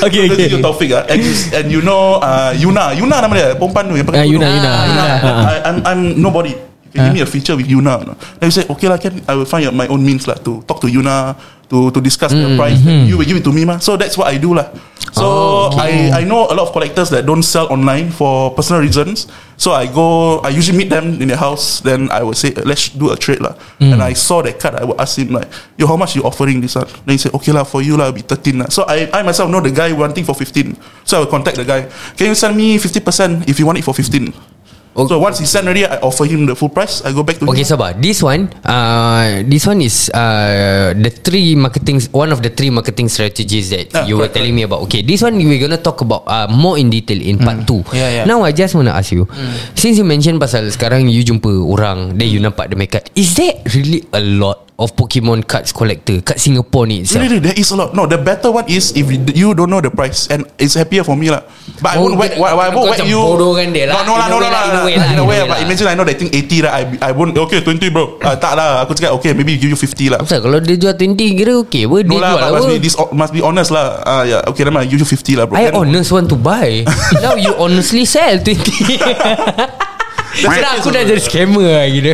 Speaker 3: Okay,
Speaker 6: Jadi
Speaker 3: okay.
Speaker 6: you Taufik ah. And you- and you know ah, Yuna Yuna nama dia Perempuan tu yang pakai
Speaker 3: Ah, Yuna,
Speaker 6: tudung.
Speaker 3: Yuna.
Speaker 6: Yuna.
Speaker 3: Ah, ah,
Speaker 6: I, I'm, I'm nobody You Give me a feature with Yuna you know. Then you say Okay lah can I will find out my own means lah To talk to Yuna To to discuss the price You will give it to me mah So that's what I do lah So I I know a lot of collectors That don't sell online For personal reasons So I go I usually meet them In their house Then I will say Let's do a trade lah And I saw that card I will ask him like Yo how much you offering this one Then he said Okay lah for you lah It'll be 13 lah So I, I myself know The guy wanting for 15 So I will contact the guy Can you send me 50% If you want it for 15
Speaker 4: Okay.
Speaker 6: So once he sent already, I offer him the full price. I go back to
Speaker 4: Okay
Speaker 6: him.
Speaker 4: sabar This one uh, This one is uh, The three marketing One of the three marketing strategies That
Speaker 6: Ah,
Speaker 4: you were
Speaker 6: correct, Mm.
Speaker 4: telling me about Okay this one We're gonna talk about uh, More in detail In part 2
Speaker 2: Yeah, yeah.
Speaker 4: Now I just wanna ask you Since you mentioned Pasal sekarang You jumpa orang Then you
Speaker 6: Mm.
Speaker 4: nampak the card Is there really a lot Of Pokemon cards collector Kat Singapore ni itself
Speaker 6: Really, there is a lot. No, the better one is if you don't know the price, and it's happier for me lah. But I
Speaker 4: Oh,
Speaker 6: won't wait.
Speaker 4: kau-
Speaker 6: I
Speaker 4: kau
Speaker 6: won't wait
Speaker 4: macam
Speaker 6: you.
Speaker 4: bodohkan dia lah.
Speaker 6: No, no lah, no
Speaker 4: In a way lah, in a way
Speaker 6: lah, lah. In a way,
Speaker 4: lah.
Speaker 6: but imagine I know they think 80 lah. I I won't. Okay, 20 bro. Ah, tak lah. Aku cakap okay, maybe give you 50 lah.
Speaker 4: Pasal kalau dia jual 20 Kira okay apa Dia
Speaker 6: No lah,
Speaker 4: jual
Speaker 6: but
Speaker 4: apa
Speaker 6: must be this must be honest lah. Ah, yeah. Okay, never mind. Give you 50 lah, bro.
Speaker 4: I
Speaker 6: Then-
Speaker 4: honest want to buy Now you honestly sell 20
Speaker 6: <laughs>
Speaker 4: Sekarang aku dah jadi scammer lah Kira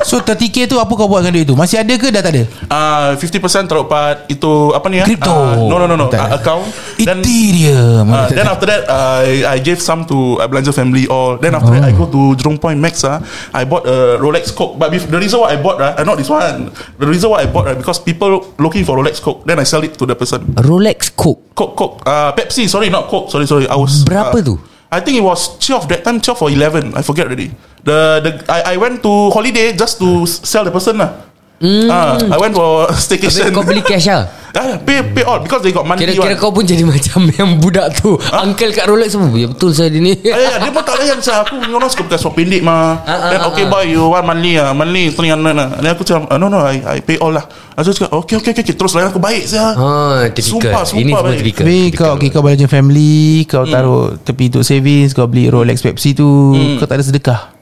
Speaker 2: So 30k tu apa kau buat dengan duit tu? Masih ada ke dah tak ada?
Speaker 6: Ah, 50% taruh part itu apa ni? ah?
Speaker 2: Crypto.
Speaker 6: Ah, no, no, no, no.
Speaker 2: Tak.
Speaker 6: Ah, account. Then-
Speaker 2: Ethereum
Speaker 6: Uh, then after that, I I gave some to I belanja family all. Then after that,
Speaker 4: Oh.
Speaker 6: I go to Jurong Point Max. Ah, I bought a Rolex Coke. But bef- the reason why I bought, ah, uh, not this one. The reason why I bought, ah, because people looking for Rolex Coke. Then I sell it to the person.
Speaker 4: Rolex Coke
Speaker 6: Coke, Coke. Uh, Pepsi. Sorry, not Coke. Sorry, sorry. I was.
Speaker 4: Berapa
Speaker 6: ah,
Speaker 4: tu?
Speaker 6: I think it was 12 that time 12 or 11 I forget already The the I, I went to holiday Just to s- sell the person lah
Speaker 4: Hmm.
Speaker 6: mm. I went for <laughs>
Speaker 4: Habis
Speaker 6: staycation
Speaker 4: kau beli cash lah
Speaker 6: <laughs> Ah, Pay pay all Because they got money
Speaker 4: Kira-kira kau pun jadi <laughs> macam Yang budak tu Uncle kat Rolex semua Ya betul saya
Speaker 6: <laughs>
Speaker 4: dia ni
Speaker 6: Eh, dia pun tak layan saya. Aku you know, suka pakai suap pendek mah.
Speaker 4: Ah, ah,
Speaker 6: Then
Speaker 4: ah,
Speaker 6: okay
Speaker 4: ah.
Speaker 6: boy you want monthly ah. Monthly 300 lah. Then aku cakap ah, no no I, I pay all lah. Aku cakap okay okay okay, okay. terus layan aku baik saya.
Speaker 4: Ah, typical
Speaker 6: Sumpah, sumpah,
Speaker 4: Ini semua
Speaker 6: baik.
Speaker 4: typical
Speaker 2: Tapi kau okay, kau belanja family Kau taruh tepi untuk savings Kau beli Rolex Pepsi tu Kau tak ada sedekah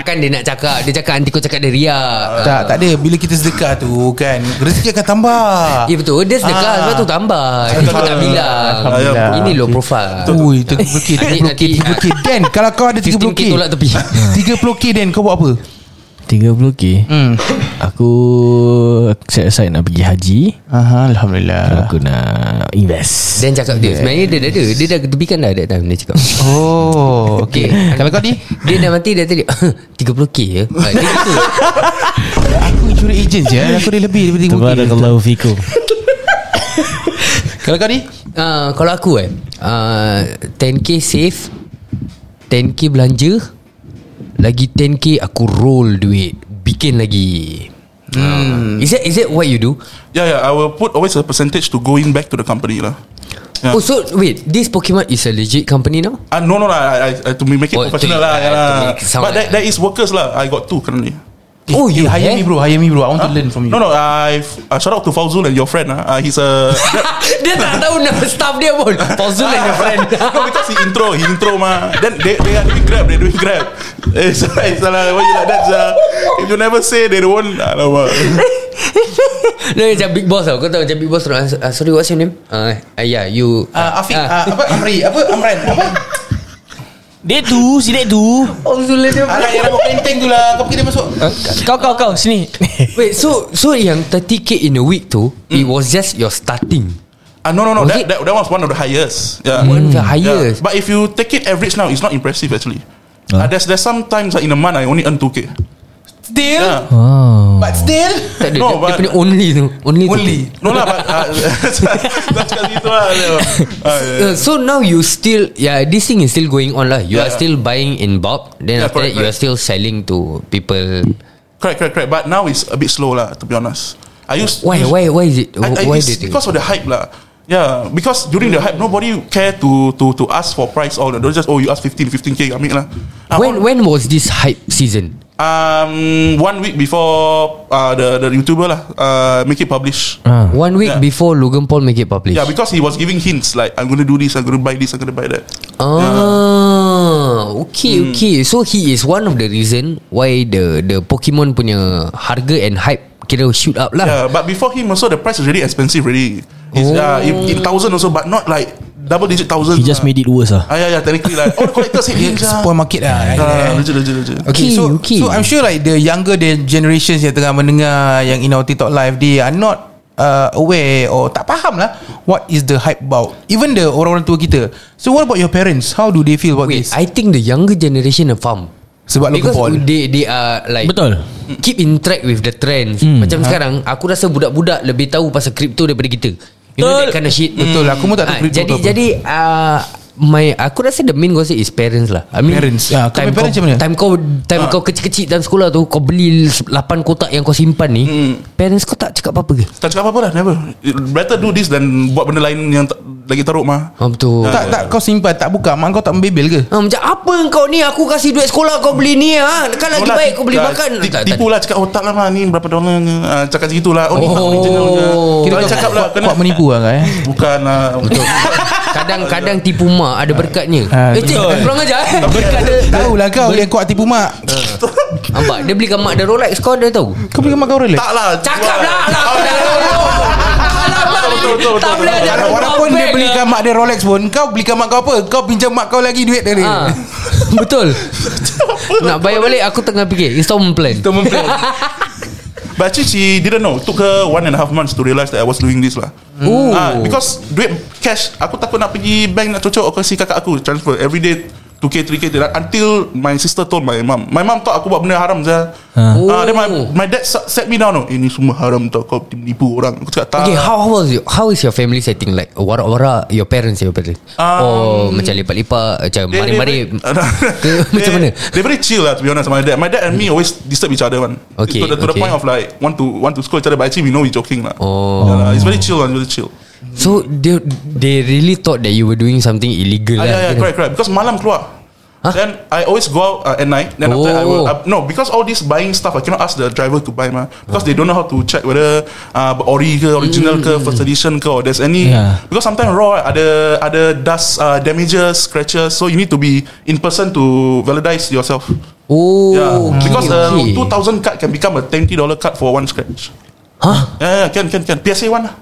Speaker 4: Kan dia nak cakap Dia cakap nanti kau cakap dia riak
Speaker 6: Ah.
Speaker 2: Tak tak ada Bila kita sedekah tu kan Rezeki akan tambah
Speaker 4: Ya betul Dia sedekah
Speaker 2: Ah.
Speaker 4: Sebab tu tambah Dia cuma tak bilang
Speaker 6: Alhamdulillah.
Speaker 4: Ini low profile
Speaker 2: Ui 30k
Speaker 4: Nanti-
Speaker 2: 30k
Speaker 4: nanti-
Speaker 2: 30k Dan kalau kau ada
Speaker 4: 15k
Speaker 2: 30k
Speaker 4: tolak
Speaker 2: <laughs>
Speaker 4: tepi
Speaker 2: 30k Dan kau buat apa
Speaker 3: 30k. Aku set aside nak pergi haji.
Speaker 2: Aha, Alhamdulillah
Speaker 3: Aku nak invest.
Speaker 4: Dan cakap dia Sebenarnya dia dah ada Dia dah ketepikan dah That time dia
Speaker 2: <laughs>
Speaker 4: cakap
Speaker 2: Oh Okay Kalau kau ni
Speaker 4: Dia dah mati Dia tadi <laughs> 30k ya Ah, Dia gitu
Speaker 2: Aku insurance agent je Aku ada lebih daripada 30k
Speaker 3: Tabarakallahu fikum.
Speaker 2: Kalau kau ni
Speaker 4: Ah, kalau aku eh uh, 10k save 10k belanja Lagi 10k aku roll duit Bikin lagi Mm. Is that is that what you do?
Speaker 6: Yeah, yeah. Ya, I will put always a percentage to going back to the company lah. Yeah.
Speaker 4: Oh, so wait, this Pokemon is a legit company <laughs> now?
Speaker 6: Ah, no, no lah. I, I, I, to make it
Speaker 4: Oh, to-
Speaker 6: professional lah.
Speaker 4: uh,
Speaker 6: Yeah,
Speaker 4: to
Speaker 6: lah.
Speaker 4: make it sound
Speaker 6: But
Speaker 4: like-
Speaker 6: that, that is workers lah. I got two currently.
Speaker 4: oh,
Speaker 2: Eh,
Speaker 4: you
Speaker 2: hire
Speaker 4: have?
Speaker 2: me, bro. Hire me, bro. I want to
Speaker 6: Huh?
Speaker 2: learn from you.
Speaker 6: No, no. I uh, shout out to Fauzul and your friend. ah. Uh, he's a
Speaker 4: dia tak tahu nama staff dia <laughs> pun. Pauzul and your <laughs>
Speaker 6: <laughs>
Speaker 4: friend.
Speaker 6: no, because he intro, he intro ma. Then they, they are doing grab, they doing grab. Eh, It's, it's like, what you like that's uh, if you never say they won't. Ah, Alamak.
Speaker 4: No, macam big boss tau. Kau tahu macam big boss tu. Uh, sorry, what's your name? Uh, uh, yeah, you...
Speaker 2: Uh, Afiq,
Speaker 4: Ah.
Speaker 2: uh, apa Amri, apa Amran, apa?
Speaker 3: Dia tu Si dia tu
Speaker 4: Pauzul and your
Speaker 2: Alah, yang rambut kelenteng tu lah. Kau pergi dia masuk.
Speaker 3: Kau kau kau Sini
Speaker 4: <laughs> Wait, so so yang 30k in a week tu, it was just your starting.
Speaker 6: Ah no, no, no.
Speaker 4: Was
Speaker 6: That,
Speaker 4: it-
Speaker 6: that, that was one of the highest. Yeah.
Speaker 4: One of the
Speaker 6: Yeah.
Speaker 4: highest.
Speaker 6: But if you take it average now, it's not impressive actually. Uh, there's there's sometimes like, in a month I only earn two k.
Speaker 2: Still,
Speaker 6: Yeah.
Speaker 3: Wow
Speaker 2: but still.
Speaker 4: Oh. Tak ada,
Speaker 6: No,
Speaker 4: no, dia,
Speaker 6: but-
Speaker 4: dia punya only tu. Only. tu.
Speaker 2: Only.
Speaker 6: No lah, but <laughs> uh, tak cakap gitu lah.
Speaker 4: <laughs>
Speaker 6: Ah, yeah.
Speaker 4: Uh, so now you still yeah this thing is still going on lah. You
Speaker 6: Yeah.
Speaker 4: are still buying in bulk. Then
Speaker 6: Yeah,
Speaker 4: after that
Speaker 6: correct,
Speaker 4: you are
Speaker 6: correct.
Speaker 4: still selling to people.
Speaker 6: Correct, correct, correct. But now it's a bit slow lah. To be honest, I used
Speaker 4: Why why why is it?
Speaker 6: I, I,
Speaker 4: why
Speaker 6: it's
Speaker 4: do you think?
Speaker 6: because of the hype lah. Yeah, because during the hype, nobody care to to to ask for price all. They just oh you ask 15, 15 k, ambil lah. Ah,
Speaker 4: When
Speaker 6: all-
Speaker 4: when was this hype season?
Speaker 6: um one week before uh, the the YouTuber lah uh, make it publish.
Speaker 4: One week
Speaker 6: Yeah.
Speaker 4: before Logan Paul make it public.
Speaker 6: Yeah, because he was giving hints like I'm gonna do this, I'm gonna buy this, I'm gonna buy that.
Speaker 4: Ah, okay, okay. So he is one of the reason why the the Pokemon punya harga and hype kira shoot up lah.
Speaker 6: Yeah, but before him also the price is really expensive already. It's uh, in, in thousand also, but not like double digit thousand.
Speaker 3: He just made it worse lah
Speaker 6: Ah yeah yeah technically like all the collectors
Speaker 2: <laughs>
Speaker 6: hate him. sia.
Speaker 2: Oh, Spoil market lah.
Speaker 6: Ah, legit legit legit.
Speaker 2: Okay,
Speaker 4: Okay,
Speaker 2: so
Speaker 4: okay.
Speaker 2: so I'm sure like the younger the generations yang tengah mendengar yang in our TikTok live they are not uh, aware or tak faham lah what is the hype about. Even the orang-orang tua kita. So what about your parents? How do they feel about
Speaker 4: Wait,
Speaker 2: this?
Speaker 4: I think the younger generation are farm.
Speaker 2: Sebab Logan
Speaker 4: Because
Speaker 2: Paul.
Speaker 4: they they are like
Speaker 3: Betul. Hmm. Ha.
Speaker 4: Keep in track with the trends. Macam sekarang aku rasa budak-budak lebih tahu pasal crypto daripada kita. You know that
Speaker 3: Betul.
Speaker 4: kind of shit.
Speaker 2: Betul lah, aku pun tak tahu
Speaker 4: Ah,
Speaker 2: crypto
Speaker 4: Jadi
Speaker 2: tu apa.
Speaker 4: jadi uh, my aku rasa the main gossip is parents lah. I mean
Speaker 2: Parents. Ah, kau
Speaker 4: time
Speaker 2: punya parents
Speaker 4: kau,
Speaker 2: macam mana? Ah.
Speaker 4: time kau time kau kecil-kecil dalam sekolah tu kau beli 8 kotak yang kau simpan ni.
Speaker 2: Hmm.
Speaker 4: Parents kau tak cakap apa-apa ke?
Speaker 6: Tak cakap apa-apa lah Never Better do this Than buat benda lain Yang ta- lagi teruk mah
Speaker 4: Ah, betul.
Speaker 2: tak tak kau simpan tak buka mak kau tak membebel ke?
Speaker 4: Ah, macam apa kau ni Aku kasih duit sekolah Kau beli ni ha? Kan lagi
Speaker 6: Oh lah,
Speaker 4: baik
Speaker 6: ti-
Speaker 4: Kau beli
Speaker 6: ah,
Speaker 4: makan
Speaker 6: ti-
Speaker 4: Tak, tak.
Speaker 6: Tipu lah cakap otak lah mah Ni berapa dolar ni. Ah, Cakap segitu lah Oh ni mah
Speaker 4: Oh.
Speaker 6: original je
Speaker 4: Kira
Speaker 6: Kira
Speaker 4: kau
Speaker 6: cakap lah kena
Speaker 2: Kuat menipu lah kau eh.
Speaker 6: Bukan lah Betul
Speaker 4: Kadang-kadang tipu mak Ada berkatnya
Speaker 2: Ah,
Speaker 4: Eh cik Kurang ajar
Speaker 2: <laughs>
Speaker 4: eh Berkat dia
Speaker 2: Tahu lah kau dia kuat tipu mak.
Speaker 4: Nampak Dia belikan mak dia Rolex Kau ada tahu
Speaker 2: Kau pergi mak kau relax.
Speaker 6: Tak lah
Speaker 4: Cakap
Speaker 6: jual.
Speaker 4: lah Alah
Speaker 6: Ah,
Speaker 4: kau dah tolong Alamak
Speaker 6: Betul, betul, betul,
Speaker 4: Tak
Speaker 6: betul,
Speaker 4: boleh
Speaker 6: betul.
Speaker 4: ajar
Speaker 2: Wala- Walaupun
Speaker 4: Kau
Speaker 2: dia
Speaker 4: back
Speaker 2: belikan
Speaker 4: lah.
Speaker 2: mak dia Rolex pun Kau belikan mak kau apa Kau pinjam mak kau lagi duit dari
Speaker 4: Ah,
Speaker 6: <laughs>
Speaker 2: dia
Speaker 4: Betul Nak bayar balik Aku tengah fikir Installment plan
Speaker 6: But actually she didn't know Took her one and a half months To realise that I was doing this lah
Speaker 4: Ooh.
Speaker 6: Ah, Because duit cash Aku takut nak pergi bank Nak cocok Aku kasi kakak aku Transfer every day 2k 3k tidak- Until my sister told my mom My mom thought aku buat benda haram saja.
Speaker 3: Ah.
Speaker 6: Ah, then my,
Speaker 4: Oh.
Speaker 6: my dad sat sat me down no. Ini semua haram tau Kau menipu orang Aku cakap tak
Speaker 4: Okay how, how was you, How is your family setting Like warak-warak Your parents Your parents
Speaker 6: Um,
Speaker 4: Oh macam lipat-lipat Macam
Speaker 6: They- they
Speaker 4: mari-mari
Speaker 6: <laughs> very- Ah, no.
Speaker 4: <laughs> Ke, Macam
Speaker 6: They-
Speaker 4: mana
Speaker 6: They very chill lah To be honest My dad my dad and me Always disturb each other one
Speaker 4: Okay,
Speaker 6: To, the, to the
Speaker 4: okay.
Speaker 6: point of like Want to want to scold each other But actually we know we joking lah
Speaker 4: Oh.
Speaker 6: yeah, lah, It's very chill lah It's very chill
Speaker 4: So they they really thought that you were doing something illegal
Speaker 6: Ah,
Speaker 4: lah.
Speaker 6: yeah, yeah, correct, correct. Because malam keluar.
Speaker 4: Huh?
Speaker 6: Then I always go out uh, at night. Then after that I will
Speaker 4: Oh.
Speaker 6: uh, no because all this buying stuff I cannot ask the driver to buy ma because they don't know how to check whether uh, ori ke original
Speaker 4: Mm.
Speaker 6: ke first edition ke or there's any
Speaker 3: Yeah.
Speaker 6: because sometimes raw ada ada dust uh, damages scratches so you need to be in person to validate yourself.
Speaker 4: Oh,
Speaker 6: Yeah, because uh,
Speaker 4: okay.
Speaker 6: two thousand card can become a twenty dollar card for one scratch.
Speaker 4: Huh?
Speaker 6: Yeah, yeah, Ya, can, can, can. PSA one lah.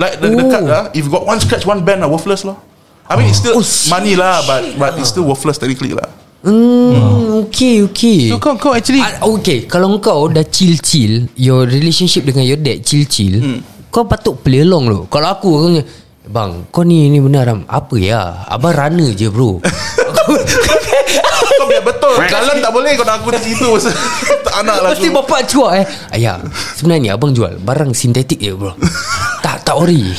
Speaker 6: Like the,
Speaker 4: Ooh.
Speaker 6: the card lah. If got one scratch, one band lah, worthless lah. I mean, it's
Speaker 4: Oh,
Speaker 6: still
Speaker 4: shit.
Speaker 6: money lah, but but it's still worthless technically lah.
Speaker 4: Hmm, okay, okay.
Speaker 2: So kau kau actually
Speaker 4: Ah, okay, kalau kau dah chill-chill, your relationship dengan your dad chill-chill, kau patut play along loh. Kalau aku aku punya, bang, kau ni ni benar ram. Apa ya? Abang runner je bro. <laughs>
Speaker 6: Kau biar betul. Jalan tak boleh kau nak aku macam itu. <laughs> tak anak lah.
Speaker 4: Pasti
Speaker 6: tu.
Speaker 4: bapak cuak eh. Ayah, sebenarnya abang jual barang sintetik je bro. tak tak <laughs> ori.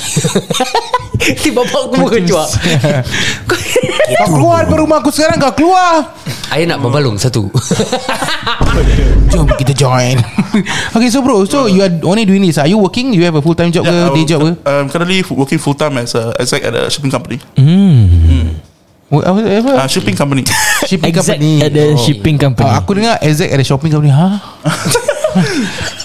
Speaker 4: Pasti bapak aku muka cuak. <laughs>
Speaker 2: Kau keluar dari rumah aku sekarang Kau keluar
Speaker 4: I nak berbalung satu
Speaker 2: Jom kita join <laughs> Okay so bro So you are only doing this Are you working You have a full time job
Speaker 6: Yeah,
Speaker 2: ke Day
Speaker 6: I'm-
Speaker 2: job ke
Speaker 6: I'm Ya, um, currently working full time as a exec at a shipping company.
Speaker 2: Hmm. What- apa- apa?
Speaker 6: Uh, shipping
Speaker 2: <laughs>
Speaker 6: company.
Speaker 2: Ah, Shipping
Speaker 3: Exact
Speaker 2: company
Speaker 3: at the shipping company
Speaker 2: Ah, Aku dengar exact ada shopping company Ha?
Speaker 4: <laughs> oh,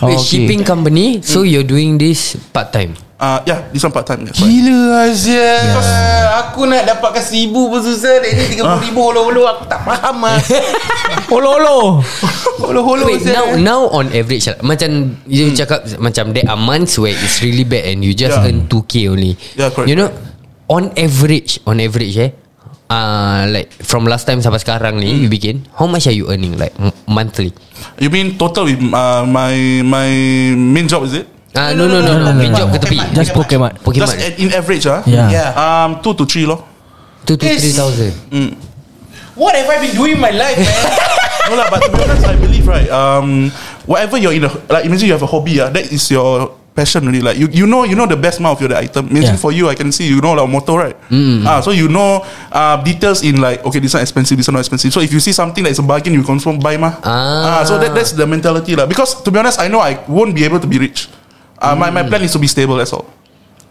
Speaker 4: okay. Hmm. Shipping company So you're doing this part time
Speaker 6: Uh, yeah, this one part time. That's right.
Speaker 2: Gila Azia Aku nak dapatkan seribu pun susah Dari ni tiga puluh ribu Holo-holo Aku tak faham <laughs> lah Holo-holo Holo-holo
Speaker 4: Wait
Speaker 2: Azia.
Speaker 4: now now on average lah, Macam You cakap Macam there are months Where it's really bad And you just
Speaker 6: Yeah.
Speaker 4: earn 2k only
Speaker 6: Yeah, correct,
Speaker 4: You know On average On average eh uh, Like From last time sampai sekarang ni You begin How much are you earning Like m- monthly
Speaker 6: You mean total with uh, my my main job is it?
Speaker 4: Ah uh, no no no no, no, job ke tepi
Speaker 3: Just Pokemon
Speaker 4: Pokemon
Speaker 6: Just at- in average, ah.
Speaker 3: Yeah.
Speaker 2: Yeah.
Speaker 6: Um, two to three, lor.
Speaker 4: 2 to 3000
Speaker 2: What have I been doing in my life man
Speaker 6: no lah, but to be honest, I believe right. Um, whatever you're in, a, like imagine you have a hobby, ah, that is your passion really. Like you, you know, you know the best mouth of the item. Imagine
Speaker 3: Yeah.
Speaker 6: for you, I can see you know like motor right.
Speaker 4: Mm.
Speaker 6: Ah, so you know uh, details in like okay, this one expensive, this one not expensive. So if you see something that is a bargain, you confirm buy mah.
Speaker 4: Ah.
Speaker 6: so that that's the mentality lah. Because to be honest, I know I won't be able to be rich. Uh, my, my plan is to be stable. That's all.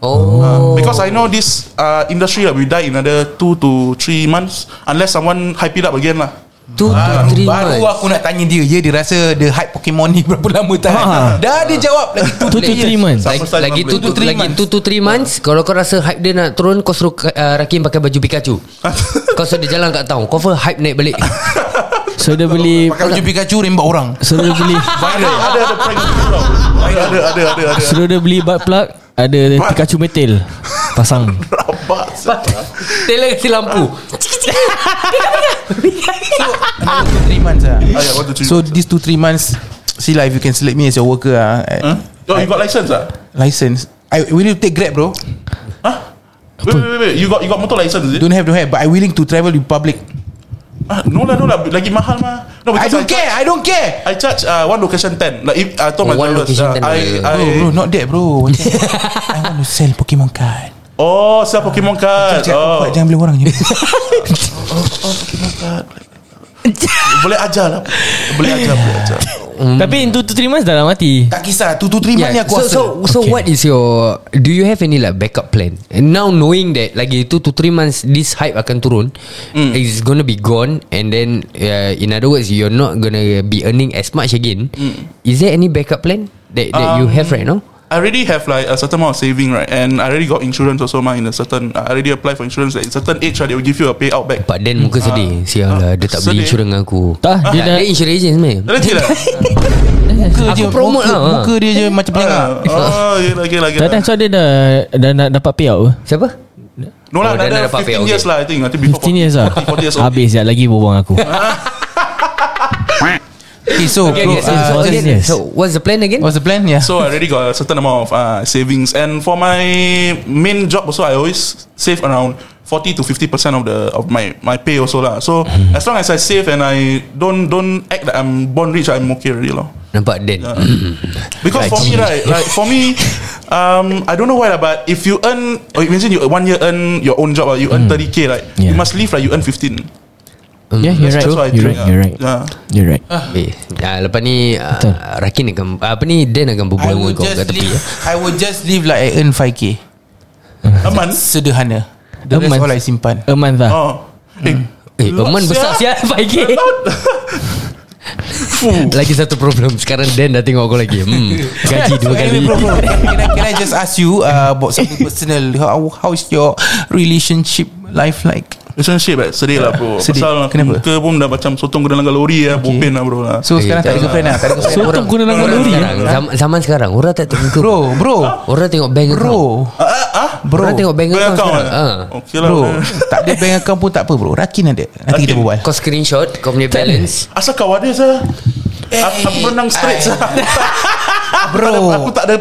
Speaker 4: Mm.
Speaker 6: Ah,
Speaker 4: Oh
Speaker 6: Because I know this uh, industry that we die in another two to three months unless someone hype it up again lah.
Speaker 4: 2 to 3
Speaker 2: Ah, Baru
Speaker 4: months
Speaker 2: aku nak tanya dia Ya dia rasa The hype Pokemon ni <laughs> Berapa lama tak
Speaker 3: Ha.
Speaker 2: Dah dia jawab Lagi tu
Speaker 3: Two to three months
Speaker 4: Lagi,
Speaker 6: Sama-sama
Speaker 4: lagi
Speaker 6: boleh.
Speaker 4: tu
Speaker 2: Two to
Speaker 4: tu
Speaker 2: three
Speaker 4: lagi
Speaker 2: months.
Speaker 4: tu tu 3 months Ah. kalau kau rasa hype dia nak turun kau suruh uh, Rakim pakai baju <laughs> Pikachu. kau suruh dia jalan kat town. Kau faham hype naik <laughs> balik.
Speaker 3: So dia beli
Speaker 2: Pakai baju Pikachu Rembat orang
Speaker 3: So dia beli
Speaker 6: Ada ada ada prank tau. Ada ada ada ada ada.
Speaker 3: So dia beli butt plug Ada Pikachu metal Pasang
Speaker 6: Rabak. sia.
Speaker 4: Taylor kasi lampu.
Speaker 2: Two to three months lah
Speaker 6: Ah, yeah, one, two, three.
Speaker 2: So these two three months See lah if you can select me As your worker ah.
Speaker 6: Huh? Oh, you got license ah?
Speaker 2: License I willing to take grab bro
Speaker 6: Huh? Wait, wait, wait, wait. You got you got motor license is it?
Speaker 2: Don't have don't have But I willing to travel with public
Speaker 6: Ah, no lah, no lah. Lagi mahal mah.
Speaker 2: I
Speaker 6: No, Oh, because
Speaker 2: don't
Speaker 6: charge-
Speaker 2: care I don't care
Speaker 6: I charge uh, one location ten. Like if I told my
Speaker 4: Oh, one
Speaker 6: drivers,
Speaker 4: location
Speaker 6: uh,
Speaker 4: 10
Speaker 6: I,
Speaker 4: dollar.
Speaker 6: I,
Speaker 2: Bro bro not that bro Macam, I want to sell Pokemon card
Speaker 6: oh, sell Pokemon card.
Speaker 2: Cakap
Speaker 6: Oh,
Speaker 2: kuat, Jangan beli orang je
Speaker 6: boleh ajar lah. Boleh ajar, boleh ajar.
Speaker 3: Tapi in 2 to 3 months dah lah mati
Speaker 2: Tak kisah Two to three months ni aku
Speaker 4: so
Speaker 2: hustle
Speaker 4: so so okay. what is your do you have any like backup plan? And now knowing that lagi 2 to 3 months this hype akan turun, mm. it's going to be gone and then uh, in other words you're not going to be earning as much again. Mm. Is there any backup plan that that um, you have right now?
Speaker 6: I already have like a certain amount of saving, right? And I already got insurance also, mah. In a certain, I already applied for insurance. Like in certain age, right, they will give you a payout back.
Speaker 4: Pak Dan
Speaker 2: Ah.
Speaker 4: muka sedih Sial lah Dia tak beli insurans
Speaker 6: Sedih.
Speaker 4: dengan aku Ah,
Speaker 3: Tak, dia dah-
Speaker 4: Dia insurans agent sebenarnya
Speaker 6: Let's see lah.
Speaker 2: Muka
Speaker 4: Aku
Speaker 2: je,
Speaker 4: promote
Speaker 2: muka-
Speaker 4: lah.
Speaker 2: Muka dia je macam pelangak
Speaker 6: Oh, yeah, okay, lah, okay,
Speaker 3: Dah dah
Speaker 6: lah.
Speaker 3: so dia dah Dah nak dapat payout ke
Speaker 4: Siapa?
Speaker 6: No lah,
Speaker 4: Oh, dah- dah
Speaker 6: another
Speaker 4: dapat
Speaker 6: 15
Speaker 4: payout,
Speaker 6: years
Speaker 4: okay.
Speaker 6: lah, I think. Nanti before
Speaker 3: 15 years ah. lah
Speaker 6: 40 years
Speaker 3: <laughs>
Speaker 6: old.
Speaker 3: Habis sekejap lagi berbual aku
Speaker 2: Okay so
Speaker 4: Okay,
Speaker 2: bro,
Speaker 4: okay, so,
Speaker 2: uh,
Speaker 4: so,
Speaker 3: what is
Speaker 4: again,
Speaker 3: this?
Speaker 4: Ah, so what's the plan
Speaker 3: Oh.
Speaker 4: again?
Speaker 2: What's the plan Yeah
Speaker 6: So I already got a certain amount of uh, savings, and for my main job also, I always save around forty to fifty percent of the of my my pay also lah. So as long as I save and I don't don't act like I'm born rich, I'm okay already lah.
Speaker 4: Nampak Dan <laughs>
Speaker 2: Ah.
Speaker 6: Because for me right, like for me, um, I don't know why lah, but if you earn, or imagine you one year earn your own job, ah, you earn thirty k right, you
Speaker 3: Yeah.
Speaker 6: must leave right, you earn fifteen.
Speaker 4: Mm,
Speaker 3: Yeah you're
Speaker 6: That's what
Speaker 3: right
Speaker 6: I
Speaker 3: You're
Speaker 6: think,
Speaker 3: right
Speaker 6: ah.
Speaker 3: You're right
Speaker 6: Yeah.
Speaker 3: You're right
Speaker 4: Eh, ah, Lepas ni ah, Rakin akan Apa ni Dan akan
Speaker 2: I
Speaker 4: berbual dengan
Speaker 2: would
Speaker 4: kau
Speaker 2: just
Speaker 4: kat tepi ya.
Speaker 2: live I would just live like I earn 5k
Speaker 6: A month.
Speaker 2: Sederhana The
Speaker 3: A
Speaker 2: rest
Speaker 3: month.
Speaker 2: all I simpan
Speaker 3: A month lah
Speaker 6: Oh. Eh,
Speaker 4: Eh Oman besar sial
Speaker 2: <laughs>
Speaker 4: Pagi Lagi satu problem Sekarang Dan dah tengok aku lagi hmm,
Speaker 2: <laughs>
Speaker 4: Gaji dua
Speaker 2: So
Speaker 4: kali
Speaker 2: anyway, bro, bro, can, I, can I just ask you uh, About something personal How, How's your relationship life like
Speaker 6: Relationship eh Sedih lah bro
Speaker 2: Sedih.
Speaker 6: Pasal
Speaker 2: Kenapa?
Speaker 6: Kenapa? muka pun dah macam Sotong guna langgar lori lah Bopen lah bro lah
Speaker 2: So
Speaker 4: Eh,
Speaker 2: sekarang tak ada
Speaker 4: tak-
Speaker 2: girlfriend lah Tak ada girlfriend
Speaker 3: So tu
Speaker 2: Orang-
Speaker 3: guna ya. langgar
Speaker 4: Orang
Speaker 3: lori
Speaker 4: sekarang, zaman, zaman sekarang Orang tak tengok muka
Speaker 2: Bro Bro
Speaker 4: Orang tengok bank
Speaker 2: Bro
Speaker 4: account
Speaker 2: Bro
Speaker 4: Orang tengok bank
Speaker 6: Ah, Bank
Speaker 4: account
Speaker 6: account
Speaker 4: sekarang.
Speaker 6: eh?
Speaker 4: Ah.
Speaker 6: Okay lah
Speaker 2: Bro
Speaker 6: bro
Speaker 2: Tak ada bank account pun tak apa bro Rakin ada Nanti kita
Speaker 6: Rakin.
Speaker 2: berbual
Speaker 4: Kau screenshot Kau punya balance
Speaker 6: Asal kau ada sah
Speaker 2: Eh.
Speaker 6: Aku aku renang straight
Speaker 4: Ah,
Speaker 6: sah
Speaker 2: <laughs> Bro
Speaker 6: <laughs> Aku tak ada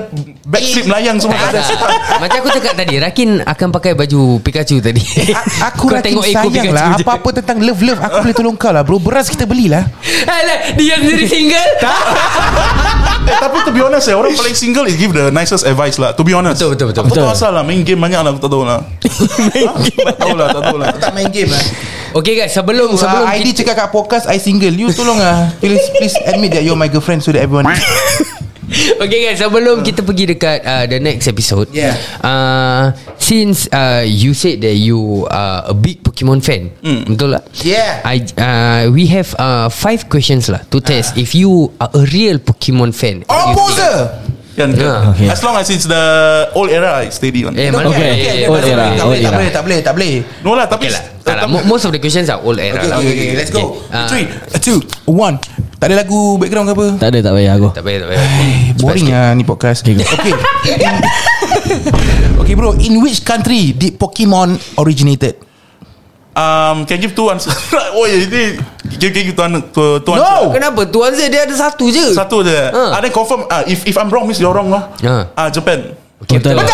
Speaker 6: Backflip layang
Speaker 4: Eh,
Speaker 6: semua tak ada
Speaker 4: Macam aku cakap tadi Rakin akan pakai baju Pikachu tadi
Speaker 2: A- Aku
Speaker 4: <laughs> Kau
Speaker 2: rakin
Speaker 4: tengok ekor
Speaker 2: sayang
Speaker 4: Pikachu
Speaker 2: lah
Speaker 4: <laughs> je.
Speaker 2: Apa-apa tentang love-love Aku boleh tolong kau lah bro Beras kita belilah
Speaker 4: Alah Dia sendiri single
Speaker 6: eh, tapi to be honest eh, orang paling single is give the nicest advice lah. To be honest.
Speaker 4: Betul, betul, betul.
Speaker 6: Aku
Speaker 3: Betul.
Speaker 6: tak asal lah main game banyak lah aku tak tahu
Speaker 4: <laughs>
Speaker 6: lah. tak tahu lah, tak tahu lah.
Speaker 2: Tak main game lah
Speaker 4: Okay guys
Speaker 2: <laughs>
Speaker 4: Sebelum
Speaker 2: Sebelum
Speaker 4: sebelum
Speaker 2: ID
Speaker 4: kita,
Speaker 2: cakap kat podcast I single You tolong lah Please please admit that you're my girlfriend So that everyone
Speaker 4: <laughs> Okay guys Sebelum kita pergi dekat uh, The next episode
Speaker 2: Yeah.
Speaker 4: uh, Since uh, You said that you Are a big Pokemon fan
Speaker 2: Hmm.
Speaker 4: mm. Betul tak?
Speaker 2: Yeah.
Speaker 4: I, uh, We have uh, Five questions lah To
Speaker 2: Ah.
Speaker 4: test If you Are a real Pokemon
Speaker 2: Oh
Speaker 4: fan you think-
Speaker 2: poser
Speaker 6: Kan?
Speaker 4: Yeah,
Speaker 3: okay.
Speaker 6: As long as it's the old era, it's steady lah.
Speaker 4: Ah,
Speaker 6: on.
Speaker 4: Eh, mana
Speaker 3: Okay,
Speaker 4: Eh, eh,
Speaker 3: old
Speaker 4: eh,
Speaker 3: era,
Speaker 2: Tak
Speaker 4: eh,
Speaker 3: old
Speaker 2: boleh tak
Speaker 3: era.
Speaker 2: boleh tak boleh tak boleh
Speaker 6: No lah, tapi...
Speaker 4: Okay lah Tak lah mo- Most of the questions Are old era
Speaker 2: Okay
Speaker 4: lah
Speaker 2: okay okay let's go
Speaker 4: Ah.
Speaker 2: Three Two One Tak ada lagu background ke apa
Speaker 3: Tak ada tak payah aku
Speaker 4: Tak payah tak payah
Speaker 2: Boring lah ni podcast Okay Okay, okay bro In which country Did Pokemon originated
Speaker 6: Um, can give two <laughs> answers. oh, yeah, ini... Can, can give two, an- two,
Speaker 2: No!
Speaker 6: two answers.
Speaker 4: Kenapa? Tu answer dia ada satu je
Speaker 6: Satu je.
Speaker 4: Ah.
Speaker 6: Uh. Ada confirm. Uh, if if I'm wrong, means you're wrong, no?
Speaker 4: Ah.
Speaker 6: Uh, Japan.
Speaker 3: okay, Betul
Speaker 6: You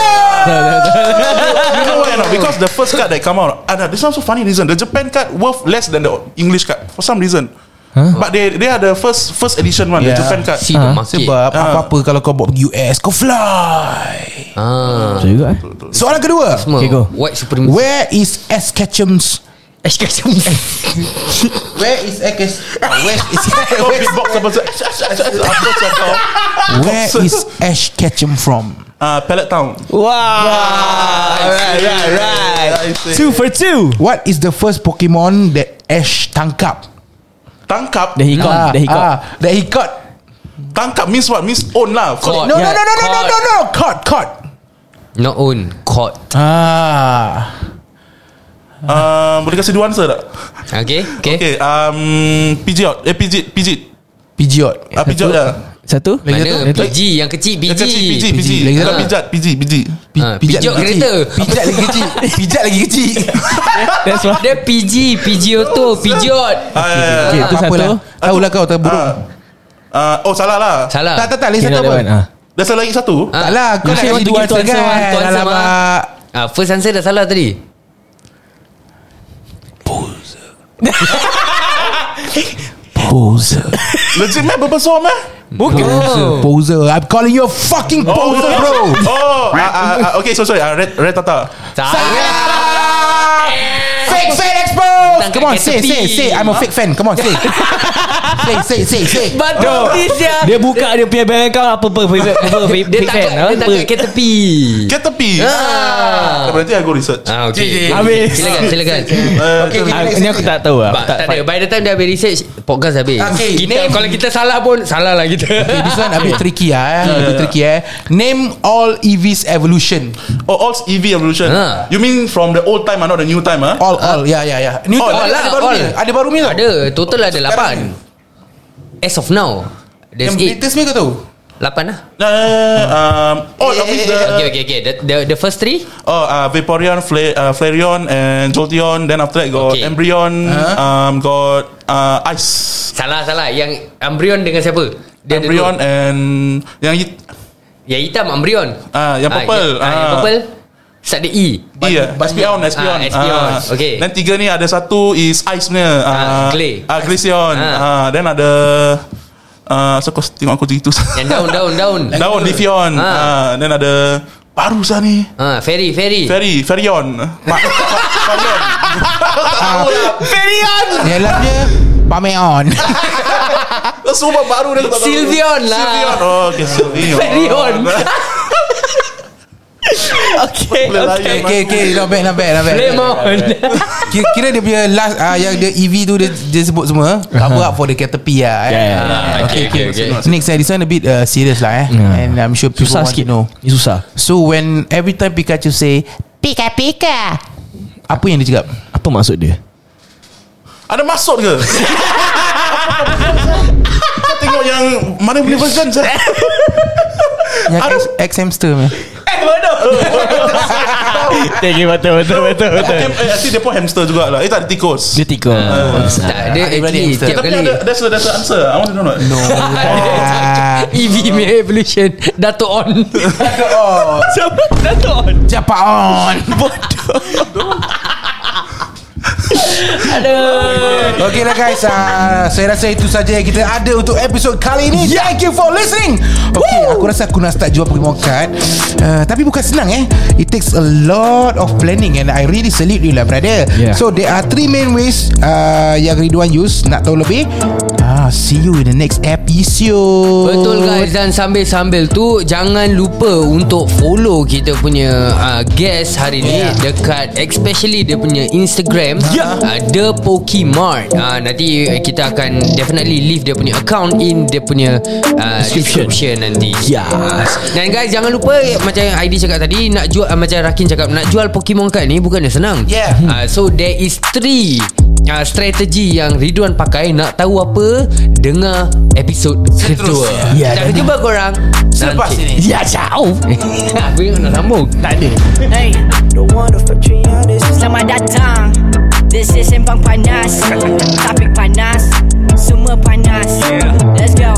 Speaker 6: know why or not? Because the first card that come out, uh, this one so funny reason. The Japan card worth less than the English card for some reason. Huh? But they they are the first first edition one, yeah.
Speaker 2: Yeah.
Speaker 6: the Japan card.
Speaker 4: See the
Speaker 3: Ah.
Speaker 4: market
Speaker 2: Sebab apa-apa Kalau kau bawa pergi US Kau fly
Speaker 4: ah.
Speaker 3: Betul juga eh
Speaker 2: Soalan kedua
Speaker 4: Semua
Speaker 3: Okay, go.
Speaker 4: White supremacy <laughs>
Speaker 2: Where is S. Ketchum's
Speaker 4: Ash Ketchum
Speaker 2: Where is Ekes? <laughs> Where is
Speaker 6: Kau beatbox apa tu? Apa tu kau?
Speaker 2: Where is Ash Ketchum from?
Speaker 6: Ah, Pallet Town.
Speaker 3: Wow
Speaker 6: Right, right, right.
Speaker 3: Two for two
Speaker 2: What is the first Pokemon that Ash tangkap?
Speaker 6: Tangkap.
Speaker 3: Dah hikam
Speaker 2: Ah,
Speaker 3: Dah hikam
Speaker 2: ah, that he caught.
Speaker 6: Tangkap means what? Means own lah.
Speaker 4: Caught.
Speaker 2: No,
Speaker 3: Yeah,
Speaker 2: no, no, no, no, no,
Speaker 4: caught.
Speaker 2: no, caught, caught.
Speaker 4: Not own Caught
Speaker 2: Ah,
Speaker 6: Uh, boleh kasih dua answer tak?
Speaker 4: Okay Okay,
Speaker 6: Okay, um, PG out. Eh, PG, PG.
Speaker 2: Pidgeot.
Speaker 6: Ah, PG out lah.
Speaker 3: Satu
Speaker 4: Mana
Speaker 3: Yang tu?
Speaker 4: PG Yang kecil PG
Speaker 6: Yang kecil, PG, PG.
Speaker 2: Lagi
Speaker 6: Kita
Speaker 2: satu.
Speaker 4: lah.
Speaker 6: pijat, PG, PG.
Speaker 4: Ah, pijak kereta.
Speaker 2: Pijak lagi kecil. Pijak lagi <laughs> kecil.
Speaker 3: That's one
Speaker 4: Dia PG PG auto Pijot
Speaker 6: Ah, ya, ya, ya.
Speaker 3: Okay tu
Speaker 2: Tak
Speaker 3: satu
Speaker 2: apalah. Tahulah lah? kau terburuk.
Speaker 6: Ah. Ah, oh, salah lah.
Speaker 4: Salah
Speaker 2: Tak, tak, tak. Lagi
Speaker 3: Okay
Speaker 2: satu
Speaker 3: nak ada one
Speaker 2: apa?
Speaker 3: ah.
Speaker 6: Dah salah lagi satu.
Speaker 4: Ah.
Speaker 2: Tak lah. Kau nak
Speaker 3: You
Speaker 2: kasi
Speaker 3: say want to
Speaker 2: dua
Speaker 3: give two
Speaker 2: answer
Speaker 3: answer, one,
Speaker 2: kan?
Speaker 4: two answer,
Speaker 2: Alamak.
Speaker 4: ah, First answer dah salah tadi
Speaker 2: Poser.
Speaker 6: Legit meh berbesar meh?
Speaker 4: Bukan oh.
Speaker 2: Poser. I'm calling you a fucking poser, bro.
Speaker 6: Oh, ah, ah, ah, okay, so sorry. Ah, red, red tata.
Speaker 4: Salah
Speaker 2: Fake fan exposed.
Speaker 4: Tangkap
Speaker 2: Come on, say,
Speaker 4: tepi.
Speaker 2: say, say. I'm a fake fan. Come on, say. say, say, say, say.
Speaker 4: Betul this ya
Speaker 3: Dia buka dia punya bank account Apa apa
Speaker 4: Dia takut Dia takut ke tepi
Speaker 6: Ke tepi.
Speaker 4: Ah.
Speaker 6: Ah. Nanti I go research.
Speaker 4: Ah, okay.
Speaker 3: Habis.
Speaker 4: Silakan silakan
Speaker 6: Uh,
Speaker 2: Okay, okay.
Speaker 3: Ini aku tak tahu lah
Speaker 4: Ba, tak, ada By the time dah habis research Podcast dah habis
Speaker 2: Okay,
Speaker 4: kita,
Speaker 2: name-
Speaker 4: Kalau kita salah pun Salah lah kita
Speaker 2: Okay, <laughs> this one a bit tricky ah, eh. a bit tricky eh. Name all EVs evolution.
Speaker 6: oh, all EV evolution.
Speaker 4: Ah.
Speaker 6: You mean from the old time, ah, not the new time, ah?
Speaker 2: All, all, yeah, yeah, yeah. New
Speaker 6: All,
Speaker 2: Oh, ada,
Speaker 4: all lah,
Speaker 2: ada baru
Speaker 4: all.
Speaker 2: ni. Ada baru ni tau.
Speaker 4: Ada Total ada
Speaker 2: Sekarang
Speaker 4: 8 As of now There's
Speaker 2: Yang
Speaker 4: 8
Speaker 2: latest ni kau tahu?
Speaker 4: 8 lah
Speaker 6: Nah, um, all
Speaker 2: Eh,
Speaker 6: of this
Speaker 2: eh,
Speaker 6: the
Speaker 4: Okay okay okay The, the, the first 3
Speaker 6: oh, uh, Vaporeon, Fla- uh, Flareon, and Jolteon. Then after that got
Speaker 4: Okay. Uh-huh.
Speaker 6: Embryon,
Speaker 2: Huh?
Speaker 6: um, got uh, Ice,
Speaker 4: Salah salah Yang Ambryon dengan siapa Dia ada
Speaker 6: Embryon,
Speaker 4: dua.
Speaker 6: and yang hit,
Speaker 4: Yang hitam Ambryon
Speaker 6: Ah, yang purple.
Speaker 4: ah, Yang
Speaker 6: Ah.
Speaker 4: purple Start the E
Speaker 6: Iya, Espeon, Espeon.
Speaker 4: Ah, Espeon. Okay.
Speaker 6: Dan tiga ni ada satu is ice punya.
Speaker 4: Ah, Glay.
Speaker 6: Ah, Glaceon.
Speaker 4: Ah.
Speaker 6: Ah, then ada ah, so kau tengok aku begitu.
Speaker 4: Yang
Speaker 6: <laughs>
Speaker 4: daun daun
Speaker 2: <laughs>
Speaker 4: daun
Speaker 6: Daun Lifion.
Speaker 4: Ah.
Speaker 6: Ah, then ada baru sah ni.
Speaker 4: Ah, Ferry Ferry
Speaker 6: Ferry,
Speaker 4: <laughs>
Speaker 6: Ferion. Ma- Ferion.
Speaker 4: lah.
Speaker 2: Dalam Ah. dia
Speaker 4: <laughs>
Speaker 2: Pameon.
Speaker 6: Semua baru dia tak tahu.
Speaker 4: Sylveon lah.
Speaker 6: Sylveon. Oh, okay, Sylveon.
Speaker 4: Ferion.
Speaker 6: <laughs>
Speaker 3: Okay
Speaker 6: Boleh layan,
Speaker 2: okay,
Speaker 6: man.
Speaker 2: okay, okay, not bad, not bad, not bad.
Speaker 4: Flame on
Speaker 2: Kira, kira dia punya last ah yang dia EV tu dia, dia sebut semua cover up for the Caterpie lah. Eh.
Speaker 3: Yeah, yeah,
Speaker 4: Okay okay okay
Speaker 2: Next eh, this one a bit uh, serious lah eh.
Speaker 3: Yeah.
Speaker 2: And I'm sure people
Speaker 3: Susah
Speaker 2: want
Speaker 3: sikit
Speaker 2: to know.
Speaker 3: Ni susah
Speaker 2: So when every time Pikachu say Pika Pika, apa yang dia cakap?
Speaker 3: Apa maksud dia
Speaker 6: Ada masuk <laughs> ke? Kau tengok yang mana punya version je.
Speaker 2: Yang X, X hamster <laughs> punya.
Speaker 6: eh, <laughs>
Speaker 3: Thank you betul betul betul betul
Speaker 6: Okay, eh, I think dia pun hamster jugalah. Eh, tak ada tikus. Eh,
Speaker 3: Dia tikar
Speaker 4: Tak ada
Speaker 2: Adik-beradik
Speaker 4: actually
Speaker 2: hamster.
Speaker 4: Tiap
Speaker 6: Tapi
Speaker 4: kali <laughs>
Speaker 6: ada, that's, the, that's the answer. I want to know. <laughs> No.
Speaker 2: Ah.
Speaker 4: EV E punya evolution Dato' on
Speaker 2: Oh,
Speaker 3: Siapa Dato'
Speaker 2: Japa on. Okay lah guys uh, Saya rasa itu saja yang kita ada Untuk episod kali ini yeah. Thank you for listening Okay Ya. aku rasa aku nak start jual Pokemon card uh, Tapi bukan senang eh It takes a lot of planning And I really salute you lah brother
Speaker 3: Yeah.
Speaker 2: So there are three main ways uh, Yang Ridwan use Nak tahu lebih Ah, See you in the next episode
Speaker 4: Betul guys Dan sambil-sambil tu Jangan lupa Untuk follow kita punya uh, Guest hari ni
Speaker 2: Yeah.
Speaker 4: yeah. Dekat Especially dia punya Instagram yeah. uh, The Pokemart uh, Nanti uh, kita akan Definitely leave dia punya account In dia punya uh, description. description nanti
Speaker 3: Yeah.
Speaker 4: uh, Dan guys jangan lupa eh, Macam yang ID cakap tadi Nak jual uh, Macam Rakin cakap Nak jual Pokemon card ni Bukannya senang
Speaker 2: Yeah.
Speaker 4: uh, So there is three Uh, strategi yang Ridwan pakai Nak tahu apa Dengar episod kedua
Speaker 3: Ya,
Speaker 4: Kita akan jumpa korang Selepas ini
Speaker 3: Ya
Speaker 4: <laughs>
Speaker 3: ciao
Speaker 4: Aku ingat nak sambung Tak ada
Speaker 1: Hey, Selamat datang This is Sembang Panas Topik panas Semua panas Let's go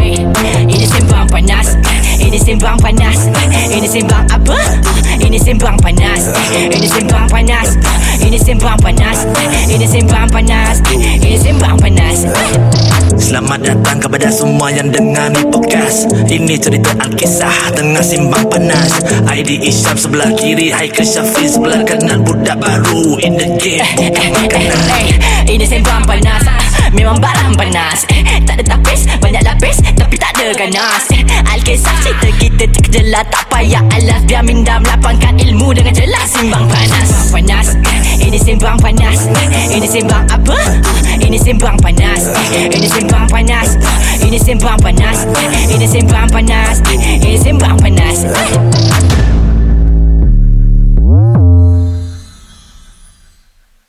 Speaker 1: Hey, Ini Sembang Panas Ini Sembang Panas Ini Sembang apa? Ini Sembang Panas Ini Sembang Panas Ini Sembang Panas Ini Sembang Panas Ini Sembang Panas
Speaker 5: Selamat datang kepada semua yang dengar ni podcast Ini cerita Alkisah tengah simbang panas ID Isyam sebelah kiri Haikal Syafi sebelah kanan Budak baru in the game
Speaker 1: Eh, eh, eh, eh, Ini sembang panas Ah, Memang barang panas Eh, Tak ada tapis Banyak lapis Tapi tak ada ganas Eh, Alkisah cerita kita terkejelah Tak payah alas Biar minda melapangkan ilmu Dengan jelas Simbang panas Sembang panas Eh, Ini sembang panas Eh, Ini sembang apa? Ah, Ini sembang panas Eh, Ini sembang panas Ah, Ini sembang panas Eh, Ini sembang panas Eh, Ini sembang panas Eh,